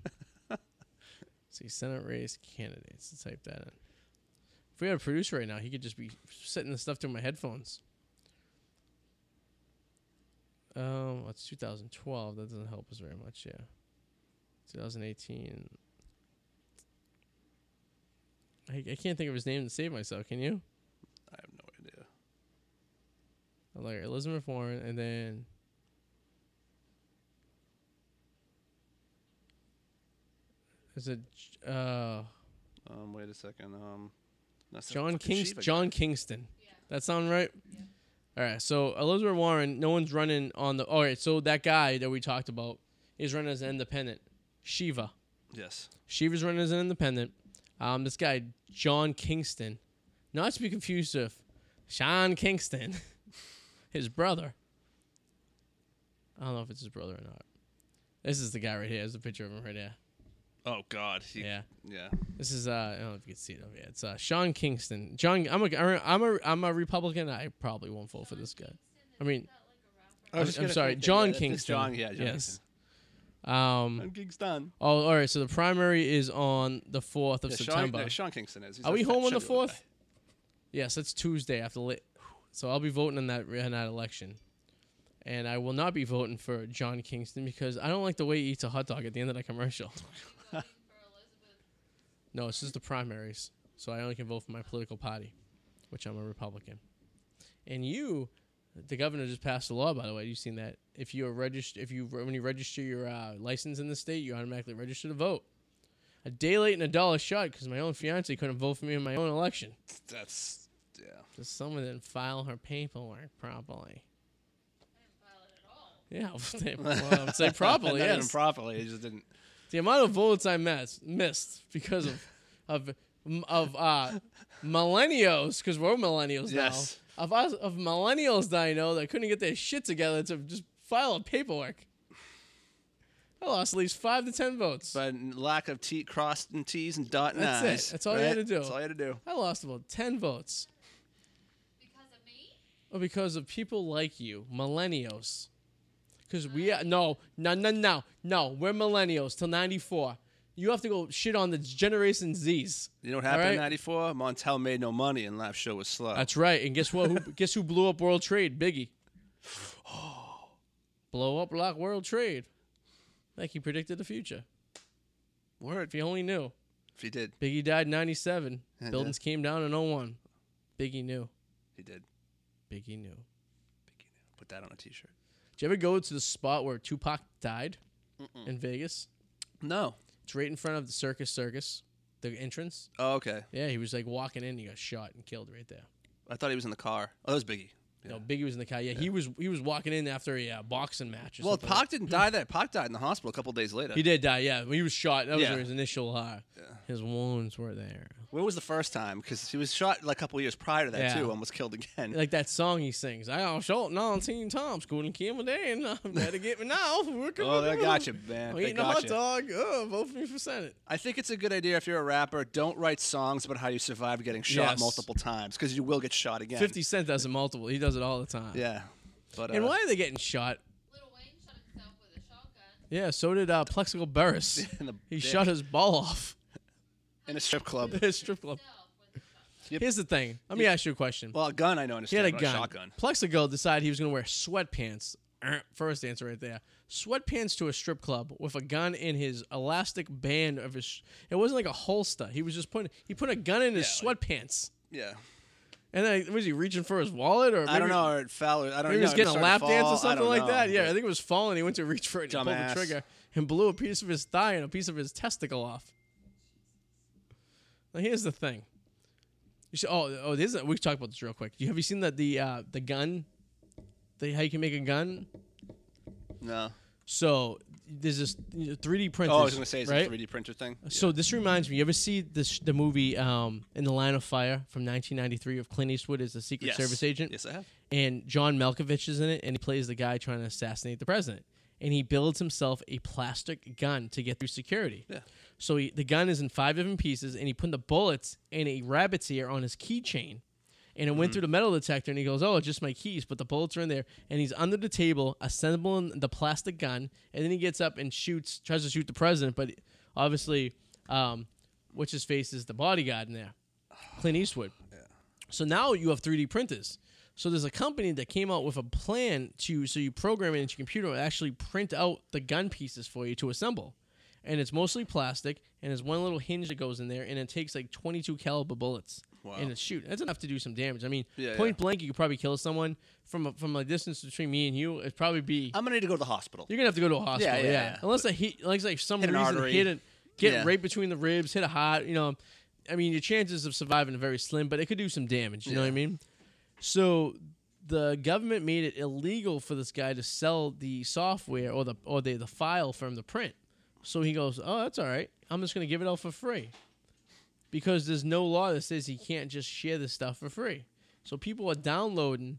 See Senate race candidates. Let's type that in. If we had a producer right now, he could just be setting the stuff through my headphones. Um, well, it's 2012. That doesn't help us very much. Yeah, 2018. I, I can't think of his name to save myself. Can you?
I have no idea.
Like Elizabeth Warren, and then is it J- uh,
Um, wait a second. Um, that's that
John
fucking
Kings
sheep again.
John Kingston?
Yeah.
That sound right? All right. So Elizabeth Warren, no one's running on the. All right. So that guy that we talked about is running as an independent. Shiva.
Yes.
Shiva's running as an independent. Um, this guy John Kingston, not to be confused with Sean Kingston, his brother. I don't know if it's his brother or not. This is the guy right here. There's a picture of him right here.
Oh God. He,
Yeah.
Yeah.
This is uh, I don't know if you can see it over here. It's uh, Sean Kingston. John, I'm a, I'm a, I'm a Republican. I probably won't vote for this guy. I mean,
Not like a rapper.
I'm, I'm sorry, John Kingston.
John. Yeah. John
yes. Um.
Kingston. Kingston.
Oh, all right. So the primary is on the fourth of
Yeah, Sean,
September.
no, Sean Kingston is. He's
Are we
not-
home on
should
the
be able to
fourth? Yes, it's Tuesday after lit. So I'll be voting in that in that election, and I will not be voting for John Kingston because I don't like the way he eats a hot dog at the end of that commercial.
Voting for Elizabeth.
No, it's just the primaries, so I only can vote for my political party, which I'm a Republican. And you, the governor just passed a law, by the way. You seen that? If you are registered, if you when you register your uh, license in the state, you automatically register to vote. A day late and a dollar short because my own fiance couldn't vote for me in my own election.
die. That's. Yeah.
Just someone didn't file her paperwork properly.
I didn't file it at all.
Yeah, well, I would say properly.
Not even
yes.
properly. He just didn't.
the amount of votes I miss, missed because of of of uh, millennials, because we're millennials
Yes.
now. Of us, of millennials that I know that couldn't get their shit together to just file a paperwork. I lost at least five to ten votes.
But lack of T crossed and T's and dot and
That's it.
I's,
That's all you had
right?
to do.
That's all you had to do.
I lost about ten votes,
Because of me?
oh, because of people like you, millennials. Because we are, no, no, no, no, no. We're millennials till '94. You have to go shit on the Generation Z's.
You know what
All
happened in
right?
'94? Montel made no money and Lap Show was slow.
That's right. And guess what? Who, guess who blew up World Trade? Biggie. Blow up lock World Trade. Like he predicted the future. Word. If he only knew.
if he did,
Biggie died in 97.
Yeah.
Buildings came down in 01. Biggie knew.
he did.
Biggie knew.
Put that on a T-shirt.
Did you ever go to the spot where Tupac died in Vegas?
No.
It's right in front of the Circus Circus, the entrance.
Oh, okay.
Yeah, he was like walking in, he got shot and killed right there.
I thought he was in the car. Oh, that was Biggie.
No, Biggie was in the car. Yeah, he was he was walking in after a uh, boxing match. Or
Well,
something like
Pac didn't die that. Pac died in the hospital a couple days later.
that. he did die. Yeah, he was shot. That was
Yeah.
his initial. Uh, His wounds were there.
Where was the first time? Because he was shot like a couple years prior to that
Yeah.
too, and was killed again.
Like that song he sings. I all shot 19 times, couldn't kill me then. I better get me now.
oh, they got you, man.
I'm
They
eating a hot
got you.
dog. Oh, vote for me for Senate.
I think it's a good idea if you're a rapper. Don't write songs about how you survived getting shot
Yes.
multiple times because you will get shot again.
50 Cent does it multiple. He does it all the time.
Yeah. But
And
uh,
why are they getting shot?
Little Wayne shot himself with a shotgun.
Yeah, so did uh, Plexical Burris.
In the
he
dick.
shot his ball off
in a strip club.
at a strip club.
Himself with a shotgun.
Here's the thing. Let me ask you a question.
Well, a gun I know.
he had
Understand,
a
but
gun.
shotgun.
Plexico decided he was going to wear sweatpants. Er, First answer right there. Sweatpants to a strip club with a gun in his elastic band of his. It wasn't like a holster. He was just putting. He put a gun in his
Yeah,
sweatpants.
Yeah.
And then was he reaching for his wallet or? Maybe,
I don't know. Or it fell. Or, I don't
Maybe
know.
he was
it
getting a
started to
lap dance
fall, I
or something
don't
like
know,
that. Yeah, I
but-
think it was falling. He went to reach for it and he pulled
Dumbass.
the trigger and blew a piece of his thigh and a piece of his testicle off. Now here's the thing. You should, oh, oh, this is, we talked about this real quick. You, have you seen that the uh, the gun? The, how you can make a gun?
No.
So there's this you know, 3D printers.
Oh, I was gonna say it's
right?
a 3D printer thing.
So this reminds me. You ever see this the movie um, in the Line of Fire from 1993 of Clint Eastwood as the Secret
Yes.
Service agent?
Yes, I have.
and John Malkovich is in it, and he plays the guy trying to assassinate the president. And he builds himself a plastic gun to get through security.
Yeah.
So he, the gun is in five different pieces, and he put the bullets in a rabbit's ear on his keychain. And it went through the metal detector, and he goes, "Oh, it's just my keys." But the bullets are in there, and he's under the table assembling the plastic gun, and then he gets up and shoots, tries to shoot the president, but obviously, um, what's his face is the bodyguard in there, Clint Eastwood. So now you have 3D printers. So there's a company that came out with a plan to so you program it into your computer and actually print out the gun pieces for you to assemble. And it's mostly plastic and there's one little hinge that goes in there and it takes like 22 caliber bullets.
Wow.
And it's shoot. That's enough to do some damage. I mean,
Yeah,
point
yeah.
blank you could probably kill someone from a, from a distance between me and you. It'd probably be
I'm gonna need to go to the hospital.
you're going to have to go to a hospital.
yeah,
Yeah.
yeah.
Unless a hit like like some
Hit an
reason
artery.
hit it get
Yeah.
right between the ribs, hit a heart, you know. I mean, your chances of surviving are very slim, but it could do some damage, you know what I mean? So the government made it illegal for this guy to sell the software or the or the, the file from the print. So he goes, "Oh, that's all right. I'm just going to give it out for free." Because there's no law that says he can't just share this stuff for free. So people are downloading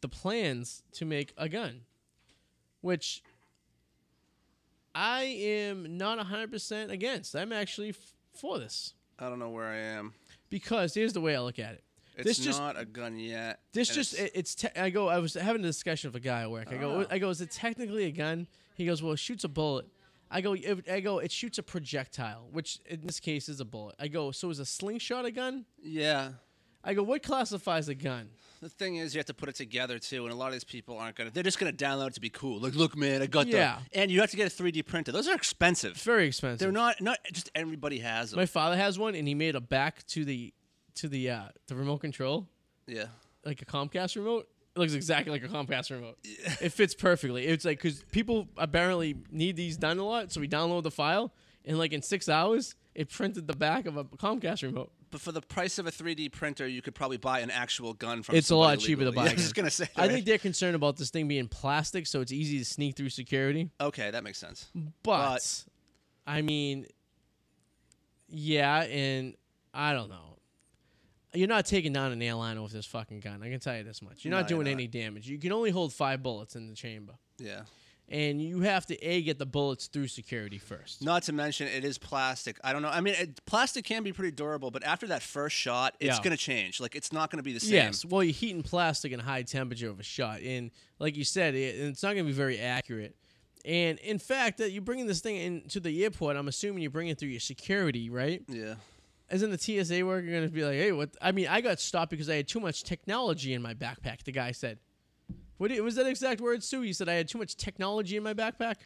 the plans to make a gun, which I am not 100% against. I'm actually f- for this
I don't know where I am.
because here's the way I look at it.
It's
this just
not a gun yet.
this
and
just
it's-
it, it's te- I go I was having a discussion with a guy at work. I go
Ah.
I go is it technically a gun? He goes well it shoots a bullet. I go it, I go it shoots a projectile, which in this case is a bullet. I go so is a slingshot a gun?
yeah.
I go what classifies a gun?
The thing is, you have to put it together too, and a lot of these people aren't gonna. They're just gonna download it to be cool. Like, look, man, I got
Yeah.
that. And you have to get a 3D printer. Those are expensive.
It's very expensive.
They're not not just everybody has them.
My father has one and he made a back to the to the uh the remote control
yeah.
like a Comcast remote. It looks exactly like a Comcast remote. It fits perfectly. It's like because people apparently need these done a lot, so we download the file, and like in six hours, it printed the back of a Comcast remote.
But for the price of a 3D printer, you could probably buy an actual gun from.
It's a lot
somebody
cheaper to
legally.
buy a
Yeah, I was just
gun.
gonna say.
I
right?
think they're concerned about this thing being plastic, so it's easy to sneak through security.
Okay, that makes sense.
But, I mean, yeah, and I don't know. You're not taking down an airliner with this fucking gun. I can tell you this much. You're
No,
not
you're
doing
not.
any damage. You can only hold five bullets in the chamber.
Yeah.
and you have to a get the bullets through security first.
Not to mention, it is plastic. I don't know. I mean, it, plastic can be pretty durable, but after that first shot, it's
Yeah.
gonna change. Like, it's not gonna be the same.
Yes, well, you're heating plastic in a high temperature of a shot, and like you said, it, it's not going to be very accurate. And in fact, that you're bringing this thing into the airport, I'm assuming you're bringing it through your security, right?
Yeah.
Isn't the TSA worker going to be like, "Hey, what?" I mean, I got stopped because I had too much technology in my backpack. The guy said, "What do you- was that exact word, Sue?" He said, "I had too much technology in my backpack."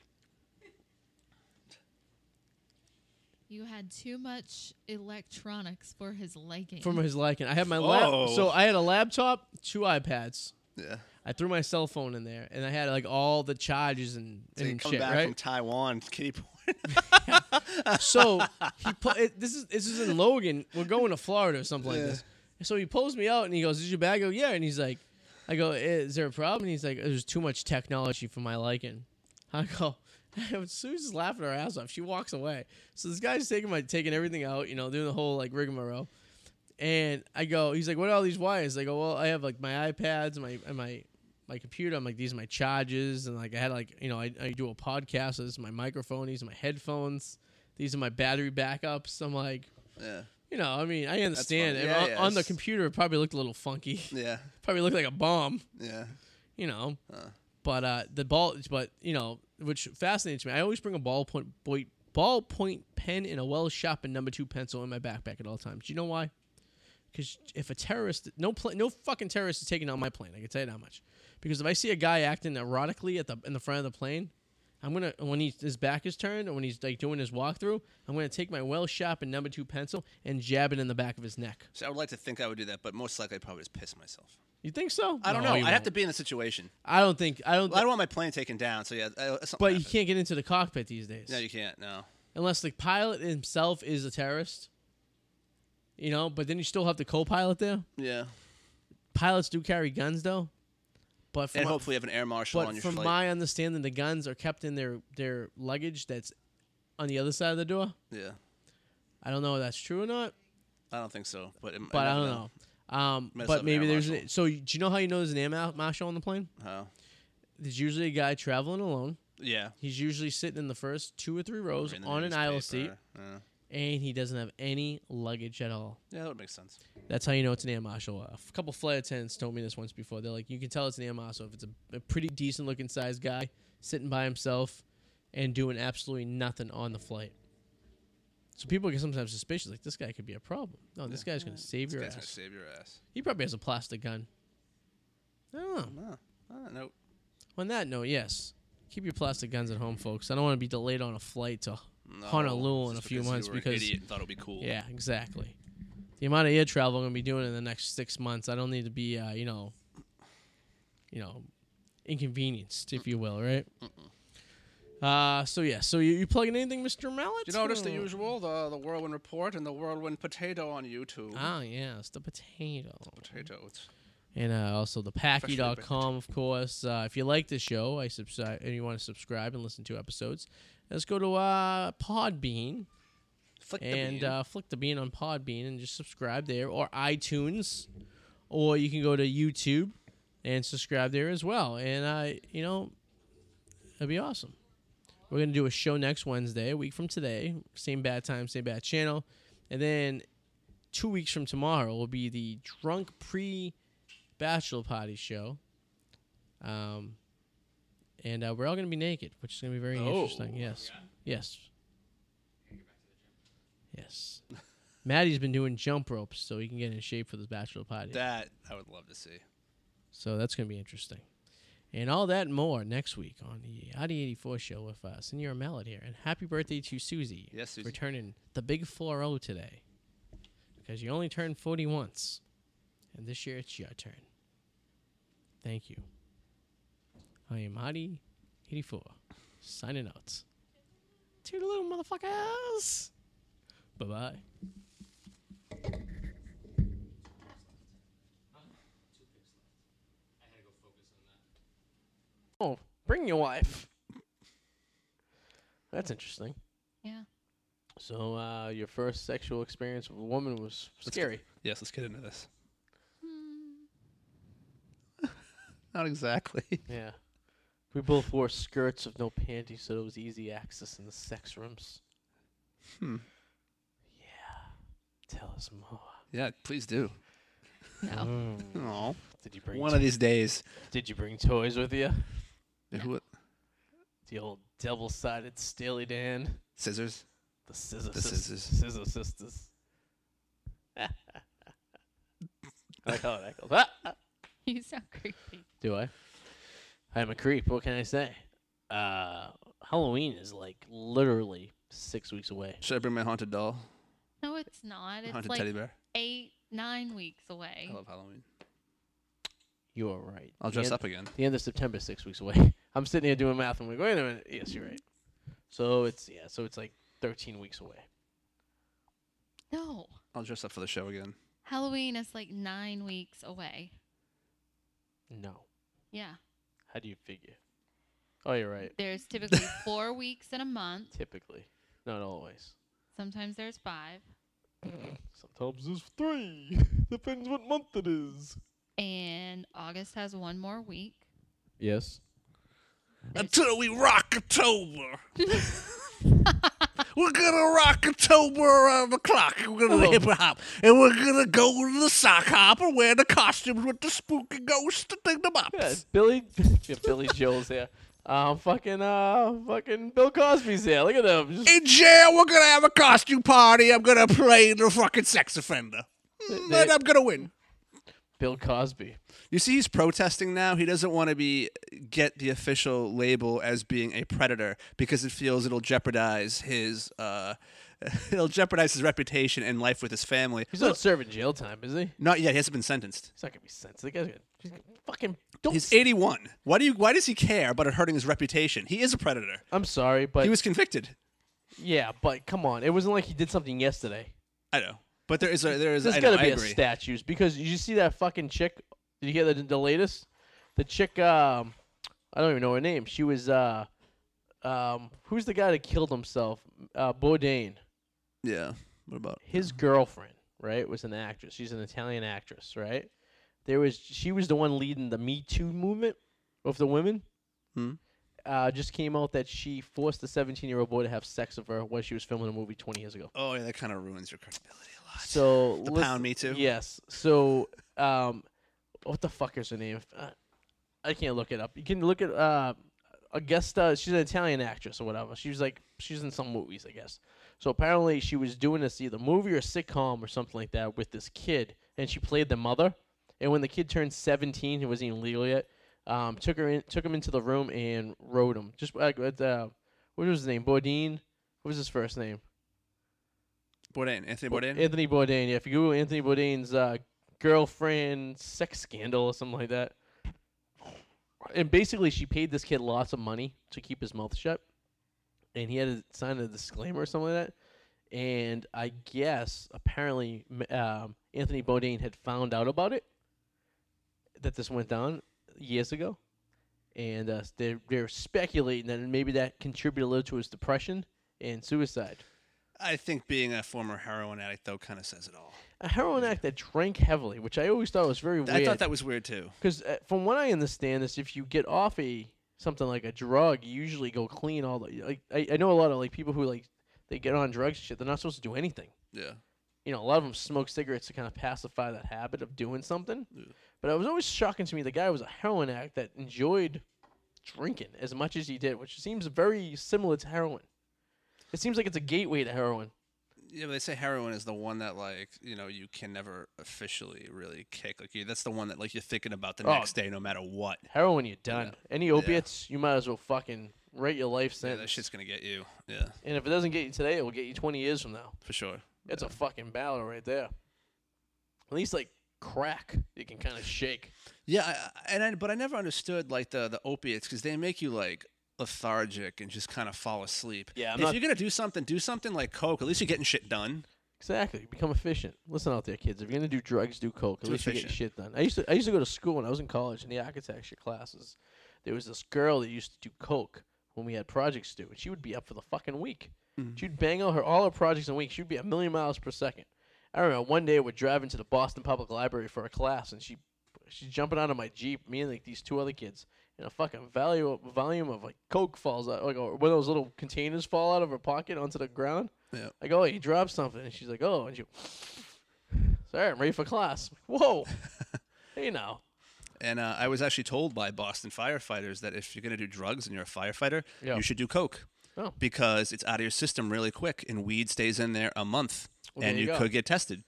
You had too much electronics for his liking.
From his liking, I had my
Oh.
lap. So I had a laptop, two iPads.
Yeah.
I threw my cell phone in there, and I had like all the charges and,
They
and
come
shit,
back
right?
from Taiwan, kitty porn.
so he pu- it, this is this is in Logan. We're going to Florida or something like
Yeah.
this. So he pulls me out and he goes, "Is your bag?" I go, "Yeah." And he's like, I go, is there a problem? And he's like, there's too much technology for my liking. I go, Sue's laughing her ass off. She walks away. So this guy's taking my taking everything out, you know, doing the whole like rigmarole. And I go, he's like, what are all these wires? I go, well, I have like my iPads and my and my my computer. I'm like, these are my charges, and like I had like you know I, I do a podcast. So this is my microphone. These are my headphones. These are my battery backups. I'm like,
Yeah.
you know, I mean, I understand.
funny.
And
Yeah,
on,
yeah,
on the
it's-
computer, it probably looked a little funky.
Yeah.
probably looked like a bomb
Yeah.
you know.
Huh.
But uh, the ball, but you know, which fascinates me. I always bring a ballpoint boy, ballpoint pen and a well sharpened number two pencil in my backpack at all times. Do you know why? Because if a terrorist, no pla- no fucking terrorist is taking out my plane. I can tell you that much. Because if I see a guy acting erotically at the in the front of the plane, I'm gonna when he, his back is turned or when he's like doing his walkthrough, I'm gonna take my well sharpened number two pencil and jab it in the back of his neck.
So I would like to think I would do that, but most likely I'd probably just piss myself.
You think so?
I don't know.
you
I'd have
won't.
to be in the situation.
I don't think. I don't.
Well, I don't want my plane taken down, so yeah. I, something
but you
happened.
can't get into the cockpit these days.
No, you can't. No.
unless the pilot himself is a terrorist. You know, but then you still have the co-pilot there.
Yeah.
Pilots do carry guns though, but from
And
my,
hopefully you have an air marshal
but
on your
from
flight.
my understanding, the guns are kept in their their luggage that's on the other side of the door.
yeah.
I don't know if that's true or not,
I don't think so, but it,
but I
never
don't know. Um,
Mess up
but
an
maybe
air
there's an,
marshal.
so you- do you know how you know there's an air ma- marshal on the plane?
Huh.
There's usually a guy traveling alone.
yeah.
He's usually sitting in the first two or three rows
Reading the
on an aisle seat,
newspaper. Yeah.
and he doesn't have any luggage at all.
yeah, that would make sense.
That's how you know it's an air marshal. A f- couple flight attendants told me this once before. They're like, you can tell it's an air marshal if it's a, a pretty decent looking sized guy sitting by himself and doing absolutely nothing on the flight. So people get sometimes suspicious, like this guy could be a problem. No, this guy's gonna save your
This guy's gonna
ass.
save your ass.
He probably has a plastic gun. I don't know.
No. Uh, nope.
On that note, yes, keep your plastic guns at home, folks. I don't want to be delayed on a flight to
No,
Honolulu in
just
a few
because you
months
were an
because-
idiot and thought it would be cool.
Yeah, exactly. The amount of air travel I'm gonna be doing in the next six months, I don't need to be, uh, you know, you know, inconvenienced, if you will, right? Uh, so yeah, so you, you plugging anything, Mr. Mallet?
You notice the
Or-
usual, the the whirlwind report and the whirlwind potato on YouTube.
Ah, yes, the potato.
Potato. It's
And uh, also the
Freshly baked.
packy.com, of course. Uh, if you like the show, I subscribe, and you want to subscribe and listen to episodes, let's go to uh, Podbean.
flick the
and
bean.
uh, flick the bean on Podbean and just subscribe there or iTunes, or you can go to YouTube and subscribe there as well. And I, you know, that'd be awesome. We're gonna do a show next Wednesday, a week from today, same bad time, same bad channel, and then two weeks from tomorrow will be the drunk pre bachelor party show. Um, and uh, we're all gonna be naked, which is gonna be very interesting.
Oh.
Yes, yes. Yes. Maddie's been doing jump ropes so he can get in shape for this bachelor party.
that I would love to see.
so that's going to be interesting. And all that and more next week on the Audi 84 show with uh, Senora Mallet here. And happy birthday to Susie.
Yes, Susie.
For turning the big 4 0 today. Because you only turned 40 once. And this year it's your turn. Thank you. I am Audi 84 signing out. Toodaloo, motherfuckers. Bye bye.
I had to go focus on that.
Oh, bring your wife. That's interesting.
Yeah.
So, uh, your first sexual experience with a woman was scary.
Yes, let's get into this.
Hmm.
Not exactly.
Yeah. We both wore skirts with no panties, so it was easy access in the sex rooms.
Hmm.
Yeah. Tell us more.
Yeah, please do.
No.
Mm.
Aw.
Did you bring
One of these days.
Did you bring toys with you?
Who-
The old double-sided Steely Dan.
Scissors.
The scissor
The
sis-
scissors.
Scissor sisters. I like how that goes. Ah, ah.
You sound creepy.
Do I? I'm a creep. What can I say? Uh, Halloween is like literally six weeks away.
Should I bring my haunted doll?
No, it's not. It's
haunted
like
teddy bear.
eight, nine weeks away.
I love Halloween.
You are right.
I'll
The
dress
end-
up again.
The end of September, is six weeks away. I'm sitting here doing math. I'm like, wait a minute. Yes, you're right. So it's yeah. So it's like 13 weeks away.
No.
I'll dress up for the show again.
Halloween is like nine weeks away.
Nine
Yeah.
How do you figure?
Oh, you're right.
There's typically four weeks in a month.
Typically,
Not always.
Sometimes there's five.
sometimes it's three. Depends what month it is.
And August has one more week.
Yes.
Until we rock October. we're gonna rock October around the clock. We're gonna
Oh.
hip hop. And we're gonna go to the sock hopper, wear the costumes with the spooky ghost and thing the mops.
Yeah, Billy. yeah, Billy Joel's there. Uh, fucking, uh, fucking Bill Cosby's there. Look at them. Just,
In jail, we're gonna have a costume party. I'm gonna play the fucking sex offender. Mm,
They-
and I'm gonna win.
Bill Cosby.
You see, he's protesting now. He doesn't want to be get the official label as being a predator because it feels it'll jeopardize his uh, it'll jeopardize his reputation and life with his family.
He's not serving jail time, is he?
Not yet. He hasn't been sentenced.
He's not gonna be sensitive. The guy's gonna, he's gonna fucking. Don't.
He's
s-
81. Why do you? Why does he care about it hurting his reputation? He is a predator.
I'm sorry, but
He was convicted.
yeah, but come on. It wasn't like he did something yesterday.
I know, but there is a there is.
There's
I know,
gotta be
I
a
agree.
statues because you see that fucking chick. Did you hear the, the latest? The chick. Um, I don't even know her name. She was. Uh, um, who's the guy that killed himself? Uh, Bourdain.
Yeah. What about?
his girlfriend, right, was an actress. She's an Italian actress, right? There was she was the one leading the Me Too movement of the women.
Hmm.
Uh, just came out that she forced the 17 year old boy to have sex with her when she was filming a movie 20 years ago.
Oh, yeah, that kind of ruins your credibility a lot.
So
the
let's-
pound me too.
Yes. So um, what the fuck is her name? Uh, I can't look it up. You can look at uh, Augusta. She's an Italian actress or whatever. She was like she's in some movies, I guess. So apparently she was doing this either movie or sitcom or something like that with this kid, and she played the mother. And when the kid turned 17, he wasn't even legal yet. Um, took her in, took him into the room and rode him. Just like with, uh, what was his name? Bourdain. What was his first name?
Bourdain, Anthony
Bo-
Bourdain.
Anthony Bourdain. Yeah, if you Google Anthony Bourdain's uh, girlfriend sex scandal or something like that, and basically she paid this kid lots of money to keep his mouth shut, and he had to sign a disclaimer or something like that. And I guess apparently m- um, Anthony Bourdain had found out about it that this went down years ago, and uh, they're they're speculating that maybe that contributed a little to his depression and suicide.
I think being a former heroin addict though kind of says it all.
a heroin addict that drank heavily, which I always thought was very
I thought
weird.
that was weird too.
Because uh, from what I understand, is if you get off a something like a drug, you usually go clean all the. Like I, I know a lot of like people who like they get on drugs and shit. They're not supposed to do anything.
Yeah.
You know, a lot of them smoke cigarettes to kind of pacify that habit of doing something. But it was always shocking to me. The guy was a heroin addict that enjoyed drinking as much as he did, which seems very similar to heroin. It seems like it's a gateway to heroin.
Yeah, but they say heroin is the one that like you know you can never officially really kick. Like you, that's the one that like you're thinking about the
Oh.
next day, no matter what.
Heroin, you're done. Any opiates, you might as well fucking write your life
Yeah,
sentence.
that shit's gonna get you. Yeah,
And if it doesn't get you today, it will get you 20 years from now.
for sure.
It's a fucking battle right there. At least like crack, you can kind of shake.
Yeah, I, I- and I, but I never understood like the the opiates because they make you like lethargic and just kind of fall asleep.
Yeah, I'm
if
not-
you're gonna do something, do something like coke. At least you're getting shit done.
Exactly. Become efficient. Listen out there, kids. If you're gonna do drugs, do coke. At
Do
least you get
efficient.
shit done. I used to I used to go to school when I was in college in the architecture classes. There was this girl that used to do coke when we had projects due, and she would be up for the fucking week. She'd bang out her all her projects in a week. She'd be a million miles per second. I remember one day we're driving to the Boston Public Library for a class, and she she's jumping out of my jeep. Me and like these two other kids, and a fucking value, volume of like coke falls out, like or one of those little containers fall out of her pocket onto the ground.
Yeah.
I go, oh, you dropped something, and she's like, oh, and she, sorry, I'm ready for class. Whoa, hey now,
And uh, I was actually told by Boston firefighters that if you're gonna do drugs and you're a firefighter,
Yeah.
you should do coke.
Oh.
Because it's out of your system really quick, and weed stays in there a month,
Well,
and
there
you,
you go.
could get tested.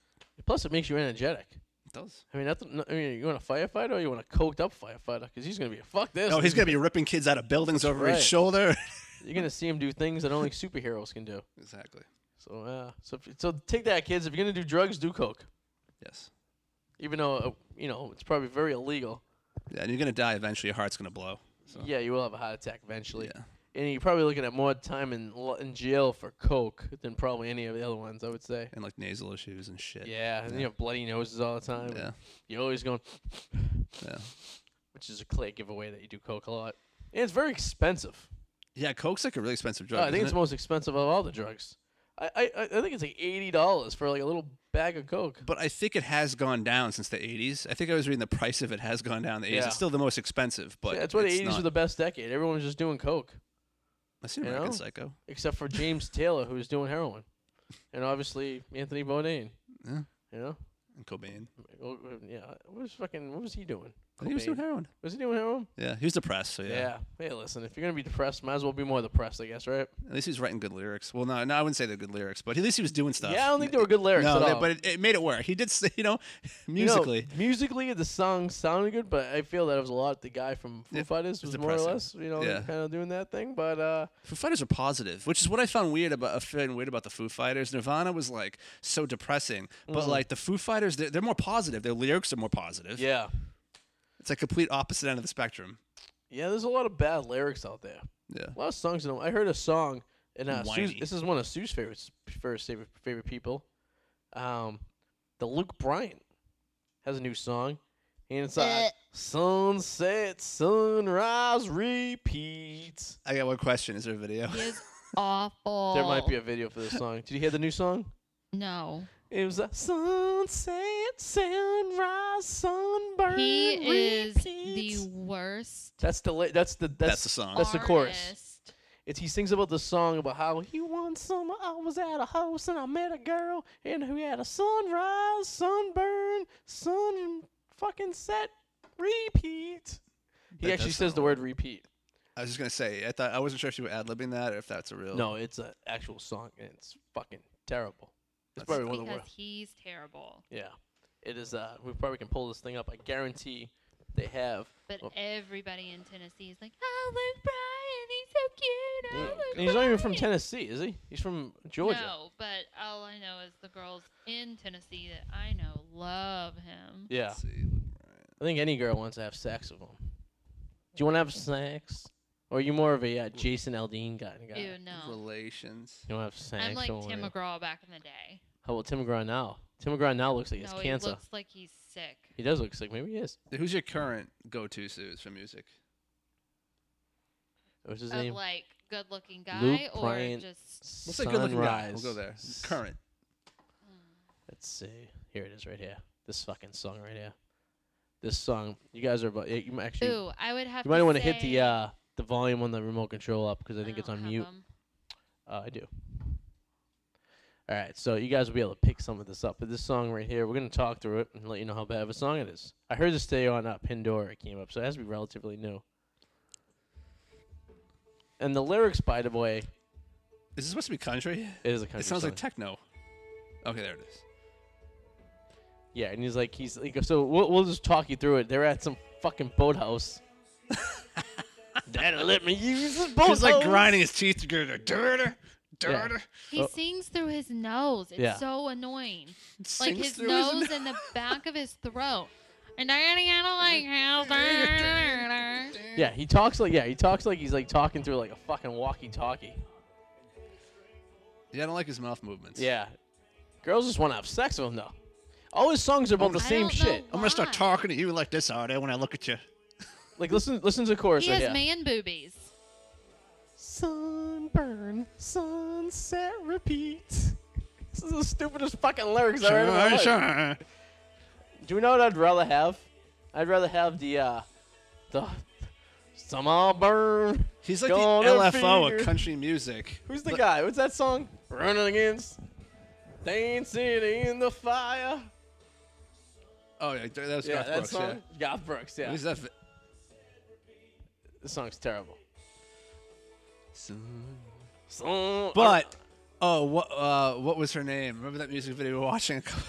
plus it makes you energetic.
It does.
I mean, that's, I mean, you want a firefighter or you want a coked up firefighter? Because he's gonna be fuck this.
Oh, he's gonna be ripping kids out of buildings over
right.
his shoulder.
You're gonna see him do things that only superheroes can do.
exactly.
So, uh, so if, so take that, kids. If you're gonna do drugs, do coke.
Yes.
Even though uh, you know it's probably very illegal.
Yeah, and you're gonna die eventually. Your heart's gonna blow. So.
Yeah, you will have a heart attack eventually.
Yeah.
And you're probably looking at more time in lo- in jail for coke than probably any of the other ones. I would say.
And like nasal issues and shit.
Yeah, and you have bloody noses all the time.
Yeah.
You're always going,
Yeah.
which is a play giveaway that you do coke a lot. And it's very expensive.
Yeah, coke's like a really expensive drug.
Uh, I think
isn't
it's
it?
the most expensive of all the drugs. I, I, I I think it's like eighty dollars for like a little bag of coke.
but I think it has gone down since the 80s. I think I was reading the price of it has gone down in the 80s.
Yeah.
It's still the most expensive, but
Yeah, that's why the
it's
eighties
not-
were the best decade. Everyone was just doing coke,
I see
you
American
know?
Psycho.
except for James Taylor, who was doing heroin, and obviously Anthony Bourdain.
Yeah.
You know,
And Cobain.
Well, uh, yeah. What was fucking? What was he doing?
I think he was doing
Cobain.
heroin.
Was he doing heroin?
Yeah, he was depressed. So yeah.
Hey, listen, if you're gonna be depressed, might as well be more depressed, I guess, right?
at least he was writing good lyrics. Well, no, no, I wouldn't say they're good lyrics, but at least he was doing stuff.
Yeah, I don't think they were good lyrics
No,
at
they-
all.
but it, it made it work. He did, s- you know,
You know,
musically.
musically, the song sounded good, but I feel that it was a lot. The guy from Foo
Yeah,
Fighters
it's
was more or
depressing.
less, you know,
Yeah.
kind of doing that thing. But uh,
Foo Fighters are positive, which is what I found weird about I found weird about the Foo Fighters. Nirvana was like so depressing, but like the Foo Fighters, they're, they're more positive. Their lyrics are more positive.
Mm-hmm. yeah,
it's like complete opposite end of the spectrum.
yeah, there's a lot of bad lyrics out there.
Yeah,
A lot of songs. In them. I heard a song, and uh, Sue's,
Whiny.
this is one of Sue's favorites, first favorite favorite people. Um, the Luke Bryant has a new song, and it's uh, sunset, sunrise, repeat.
I got one question. Is there a video?
He is awful.
There might be a video for this song. Did you hear the new song?
no.
It was a sunset, sunrise, sunburn.
He is
repeat.
the worst.
That's the li- that's the that's,
the song.
That's the chorus.
artist.
It's he sings about the song about how he won summer. I was at a house and I met a girl and we had a sunrise, sunburn, sun fucking set, repeat. He
That
actually says
does sound
the word repeat.
I was just gonna say. I thought I wasn't sure if you were ad libbing that or if that's a real.
No, it's an actual song and it's fucking terrible. It's
That's-
probably one of the
Because
worst.
he's terrible.
Yeah, it is. Uh, we probably can pull this thing up. I guarantee they have.
But
Well-
everybody in Tennessee is like, oh, Luke Bryan, he's so cute. Oh, Luke
Mm. And he's not even from
Bryan."
Tennessee, is he? He's from Georgia.
No, but all I know is the girls in Tennessee that I know love him.
Yeah,
Let's see.
I think any girl wants to have sex with him. Do you want to have sex, or are you more of a uh, Jason Aldean guy? guy?
Ew,
You
no.
Relations.
want to have sex?
I'm like
don't
Tim
wanna-
McGraw back in the day.
How about Tim McGraw now? Tim McGraw now looks like he has
no,
cancer.
he looks like he's sick.
he does look sick. Maybe he is.
Who's your current go-to sues for music?
What's his
of
name?
like good looking guy
Luke
or
Bryant.
just
Let's say good-looking guy. We'll go there.
Sunrise.
Current.
Let's see. Here it is, right here. This fucking song right here. This song. You guys are about. yeah, You might actually.
ooh, I would have
You might
to
want to hit
say-
the uh, the volume on the remote control up because I think it's
don't
on
have
mute.
them.
Uh, I do. All right, so you guys will be able to pick some of this up. But this song right here, we're gonna talk through it and let you know how bad of a song it is. I heard this today on uh, Pandora. It came up, so it has to be relatively new. And the lyrics, by the way,
Is this supposed to be country?
is a country
It sounds
song.
like techno. Okay, there it is.
yeah, and he's like, he's like, so we'll, we'll just talk you through it. They're at some fucking boathouse. Daddy let me use this
Oh,
boathouse.
He's like grinding his teeth together. Dirter,
Yeah.
dirter.
He
Oh.
sings through his nose. It's
Yeah.
so annoying.
Sings
like his
through
nose and the back of his throat. And I don't like how
Yeah, he talks like yeah, he talks like he's like talking through like a fucking walkie-talkie.
Yeah, I don't like his mouth movements.
Yeah, girls just want to have sex with him though. All his songs are about the
Oh, I
same
don't
shit.
know
I'm gonna start
why.
talking to you like this all day when I look at you.
Like listen, listen to the chorus
He
right
has
here.
man boobies.
Sunburn, sunset, repeat. This is the stupidest fucking lyrics I've ever heard.
Shine,
in my life.
shine.
Do you know what I'd rather have? I'd rather have the uh, the summer burn.
He's like the
Gonna
LFO
figure.
of country music.
Who's the
Look,
guy? What's that song? Running against, dancing in the fire.
Oh yeah, that was
yeah,
Garth
that
Brooks.
song. Garth Brooks.
Yeah.
Yeah,
Who's that? fi-
this song's terrible.
Sun-
Sun-
But oh, what uh, what was her name? Remember that music video we were watching?
Oh,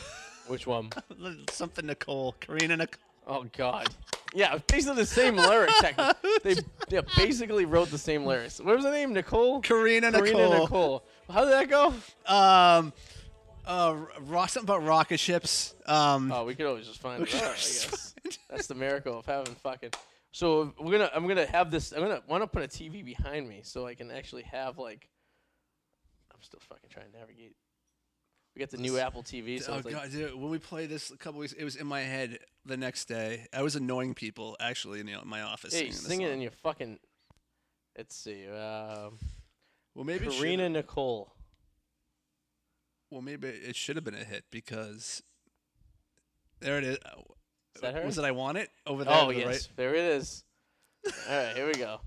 Which one?
Something Nicole, Karina Nicole.
Oh God. Yeah, basically the same lyrics. technically. they yeah, basically wrote the same lyrics. What was the name? Nicole.
Karina
Karina Nicole. How did that go?
Um, uh, rock something about rocket ships. Um,
Oh, we could always just find it out. I
just
guess that's the miracle of having fucking. So we're gonna. I'm gonna have this. I'm gonna want to put a TV behind me so I can actually have like. I'm still fucking trying to navigate. We got the new Apple TV, so
oh
it's like,
god, dude, when we played this a couple weeks, it was in my head the next day. I was annoying people actually in, the, in my office.
hey,
singing this
sing it
song.
in your fucking. Let's see, um,
Well, maybe it should-
Karina Nicole.
Well, maybe it should have been a hit because there it is.
Is that her?
Was it I want it over there?
oh
to the
yes,
right?
there it is. All right, here we go.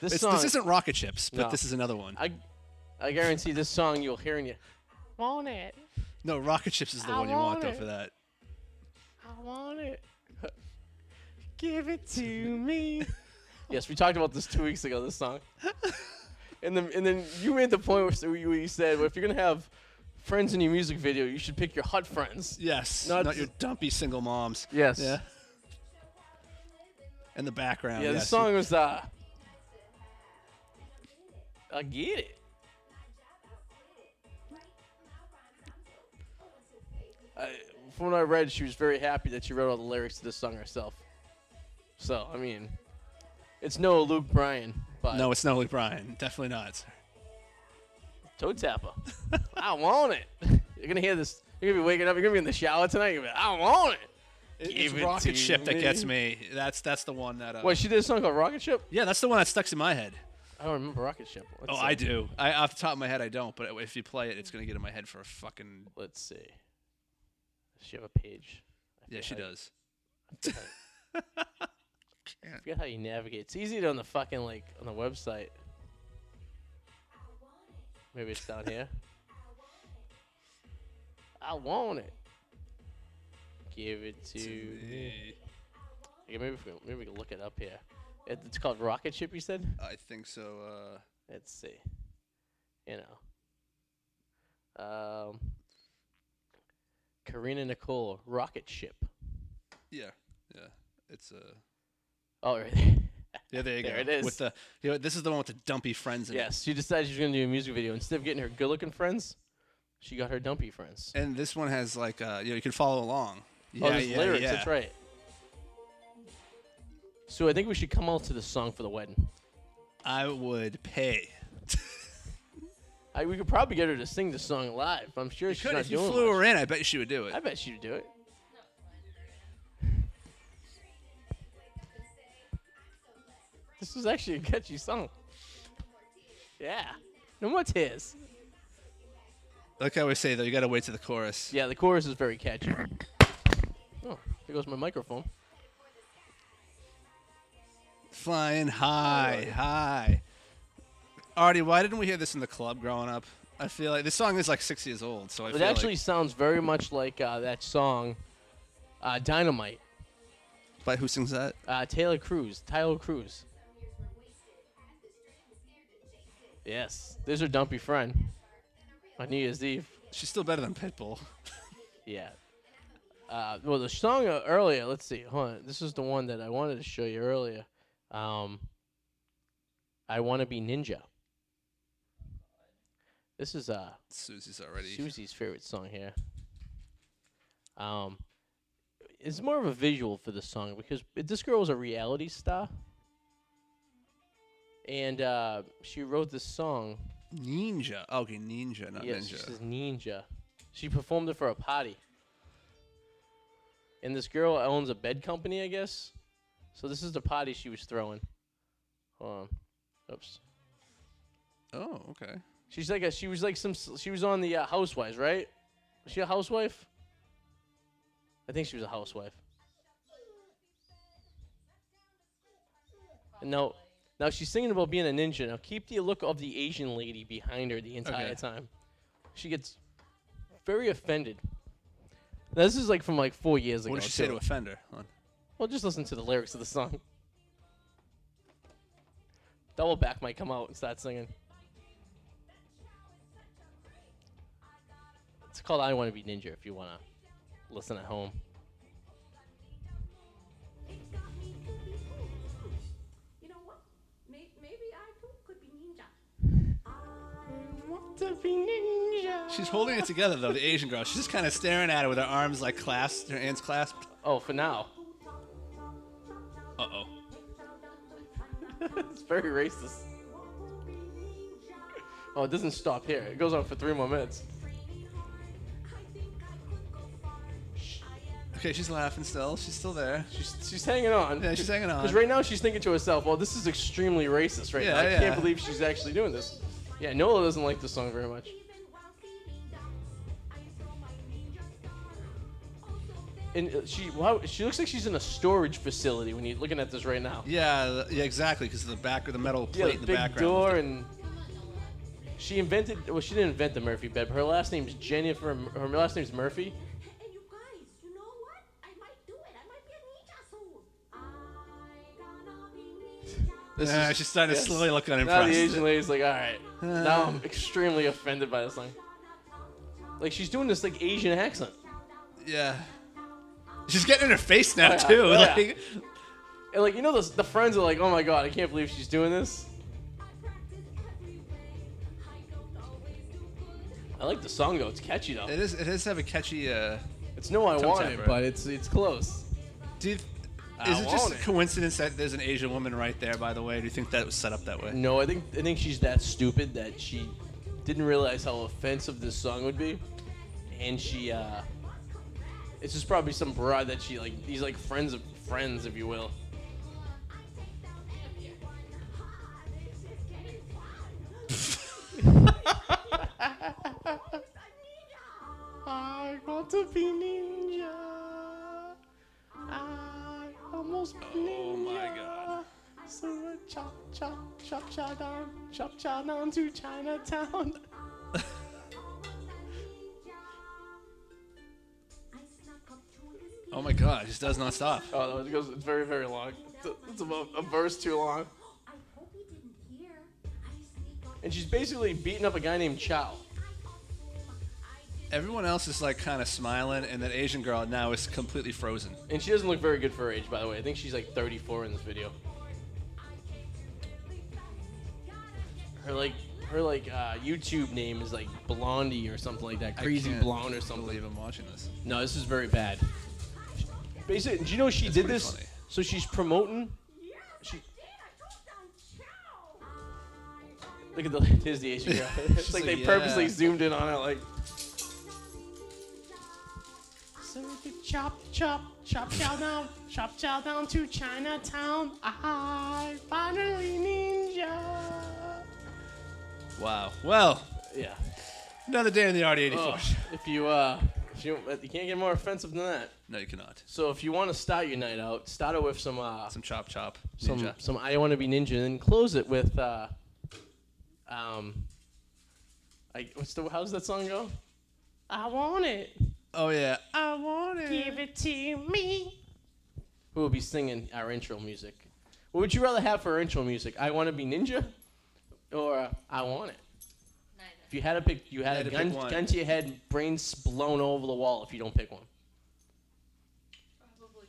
This
It's-
song,
this isn't rocket ships, but
No.
this is another one.
I, I guarantee this song you'll hear in your. Want it?
no, rocket ships is the
I
one you want though
want
for that.
I want it. Give it to me. yes, we talked about this two weeks ago. This song. and then, and then you made the point where you, where you said, well, if you're gonna have friends in your music video, you should pick your hot friends.
Yes,
Not
not, your dumpy single moms.
Yes.
Yeah. In the background.
Yeah, this
yes.
song was uh I get it. I, from what I read, she was very happy that she wrote all the lyrics to this song herself. So I mean, it's no Luke Bryan, but
No, it's not Luke Bryan. Definitely not.
toe tapper. I want it. You're gonna hear this. You're gonna be waking up. You're gonna be in the shower tonight. You're gonna be, I want it.
It's
Give it
rocket
to
ship that gets
me.
me. That's that's the one that. Uh,
Wait, she did a song called Rocket Ship.
yeah, that's the one that sticks in my head.
I don't remember Rocket Ship. Let's
Oh,
see.
I do. I off the top of my head, I don't. But if you play it, it's gonna get in my head for a fucking.
Let's see. Does she have a page? I
Yeah,
forget
she
how you-
does.
I forget how you navigate. It's easy to on the fucking like on the website. Maybe it's down here. I want it. Give it to. me. Okay, maybe if we, maybe we can look it up here. It- It's called Rocket Ship. You said.
I think so. Uh,
Let's see. You know. Um. Karina Nicole Rocket Ship.
yeah, yeah. It's uh,
Oh, right there.
yeah. There you
There
go.
it is.
With the, you know, this is the one with the dumpy friends. In it.
Yes, she decided she was gonna do a music video. Instead of getting her good-looking friends, she got her dumpy friends.
And this one has like uh, you know, you can follow along. Yeah,
oh, there's
yeah,
lyrics.
yeah.
That's right. So I think we should come out to the song for the wedding.
I would pay.
I, we could probably get her to sing the song live. I'm sure she's
Could
not
if you
doing
flew
much.
her in, I bet she would do it.
I bet she'd do it. This was actually a catchy song. Yeah. No more tears.
Like I always say though, you gotta wait to the chorus.
Yeah, the chorus is very catchy. Oh, here goes my microphone.
Flying high, high. Artie, why didn't we hear this in the club growing up? I feel like this song is like six years old, so I
It
feel
actually
like
sounds very much like uh, that song, uh, Dynamite.
by who sings that?
Uh, Taylor Cruz, Tyler Cruz. Yes, there's her dumpy friend on New Year's Eve.
She's still better than Pitbull.
Yeah. Uh, well, the song uh, earlier. Let's see. Hold on. This is the one that I wanted to show you earlier. Um, I want to be ninja. This is uh
Susie's already.
Susie's favorite song here. Um, it's more of a visual for this song because this girl was a reality star, and uh, she wrote this song.
Ninja. Oh, Okay, ninja, not
yes,
ninja.
she says ninja. She performed it for a party. And this girl owns a bed company, I guess. So this is the party she was throwing. Hold on. Oops.
Oh, okay.
She's like a she was like some s- she was on the uh, Housewives, right? Was she a housewife? I think she was a housewife. No, now she's singing about being a ninja. Now keep the look of the Asian lady behind her the entire
Okay.
time. She gets very offended. Now, this is like from like four years ago.
What did she say
too.
to offender? Hold on.
Well, just listen to the lyrics of the song. Double back might come out and start singing. It's called I Want to Be Ninja if you want to listen at home.
You know what? May- Maybe I too could be ninja.
She's holding it together though, the Asian girl. She's just kind of staring at it with her arms like clasped, her hands clasped.
Oh, for now.
Uh oh.
It's very racist. Oh, it doesn't stop here. It goes on for three more minutes.
okay, she's laughing still. She's still there. She's
She's hanging on.
Yeah, she's hanging on.
Because right now she's thinking to herself, well, this is extremely racist right now. I
Yeah, yeah.
can't believe she's actually doing this. Yeah, Nola doesn't like this song very much.
Even while seeing doubts, I saw my ninja star. Also there
And uh, she wow, she looks like she's in a storage facility when you're looking at this right now.
yeah, th- yeah, exactly. Because of the back of the metal plate
Yeah,
in
the
the
big
background.
door and she invented. Well, she didn't invent the Murphy bed. But her last name's Jennifer. Her last name's Murphy.
And you guys, you know what? I might do it. I might be a ninja soon. I gonna be ninja.
This
Yeah,
is-
she's starting to
yes.
slowly look
Now
unimpressed.
the Asian lady's like, all right. Now I'm extremely offended by this thing. Like she's doing this like Asian accent.
yeah. She's getting in her face now too.
oh, yeah.
like-
And like you know, those, the friends are like, "Oh my god, I can't believe she's doing this."
I practice every way. I don't always do good.
I like the song though; it's catchy though.
It is. It does have a catchy. Uh,
It's no, I
Tongue
want it,
tapper.
but it's it's close.
do you,
I
is it just
want it.
a coincidence that there's an Asian woman right there? By the way, do you think that was set up that way?
No, I think I think she's that stupid that she didn't realize how offensive this song would be, and she uh, it's just probably some broad that she like these like friends of friends, if you will. I want to be ninja. I almost
Oh my god.
So chop chop chop cha down chop cha down to Chinatown.
Oh my god, it just does not stop.
Oh, no, it goes. It's very very long. It's, it's about a verse too long. And she's basically beating up a guy named Chow.
Everyone else is like kind of smiling, and that Asian girl now is completely frozen.
And she doesn't look very good for her age, by the way. I think she's like 34 in this video. Her like her like uh, YouTube name is like Blondie or something like that.
I
Crazy
can't
Blonde or something.
Believe I'm watching this.
No, this is very bad. Basically, do you know she did
pretty
this?
funny.
So she's promoting. She- Look at the there's the Asian girl. it's
She's
like,
like,
they purposely
"Yeah."
zoomed in on her, like. So we could chop, chop, chop, chow down, chop, chow down to Chinatown. I finally ninja.
Wow. Well,
Yeah.
another day in the RD84.
Oh, if you uh, if you you can't get more offensive than that.
No, you cannot.
So if you want to start your night out, start it with some uh,
Some chop chop.
some
Ninja.
some I want to be ninja, and then close it with uh, um, I what's the how's that song go? I want it.
Oh yeah. I want it.
Give it to me. We will be singing our intro music. What would you rather have for intro music? I want to be ninja, or uh, I want it. If
Neither.
you had to pick, you had,
had
a
to pick
gun,
one.
gun to your head, brains blown over the wall. If you don't pick one,
Probably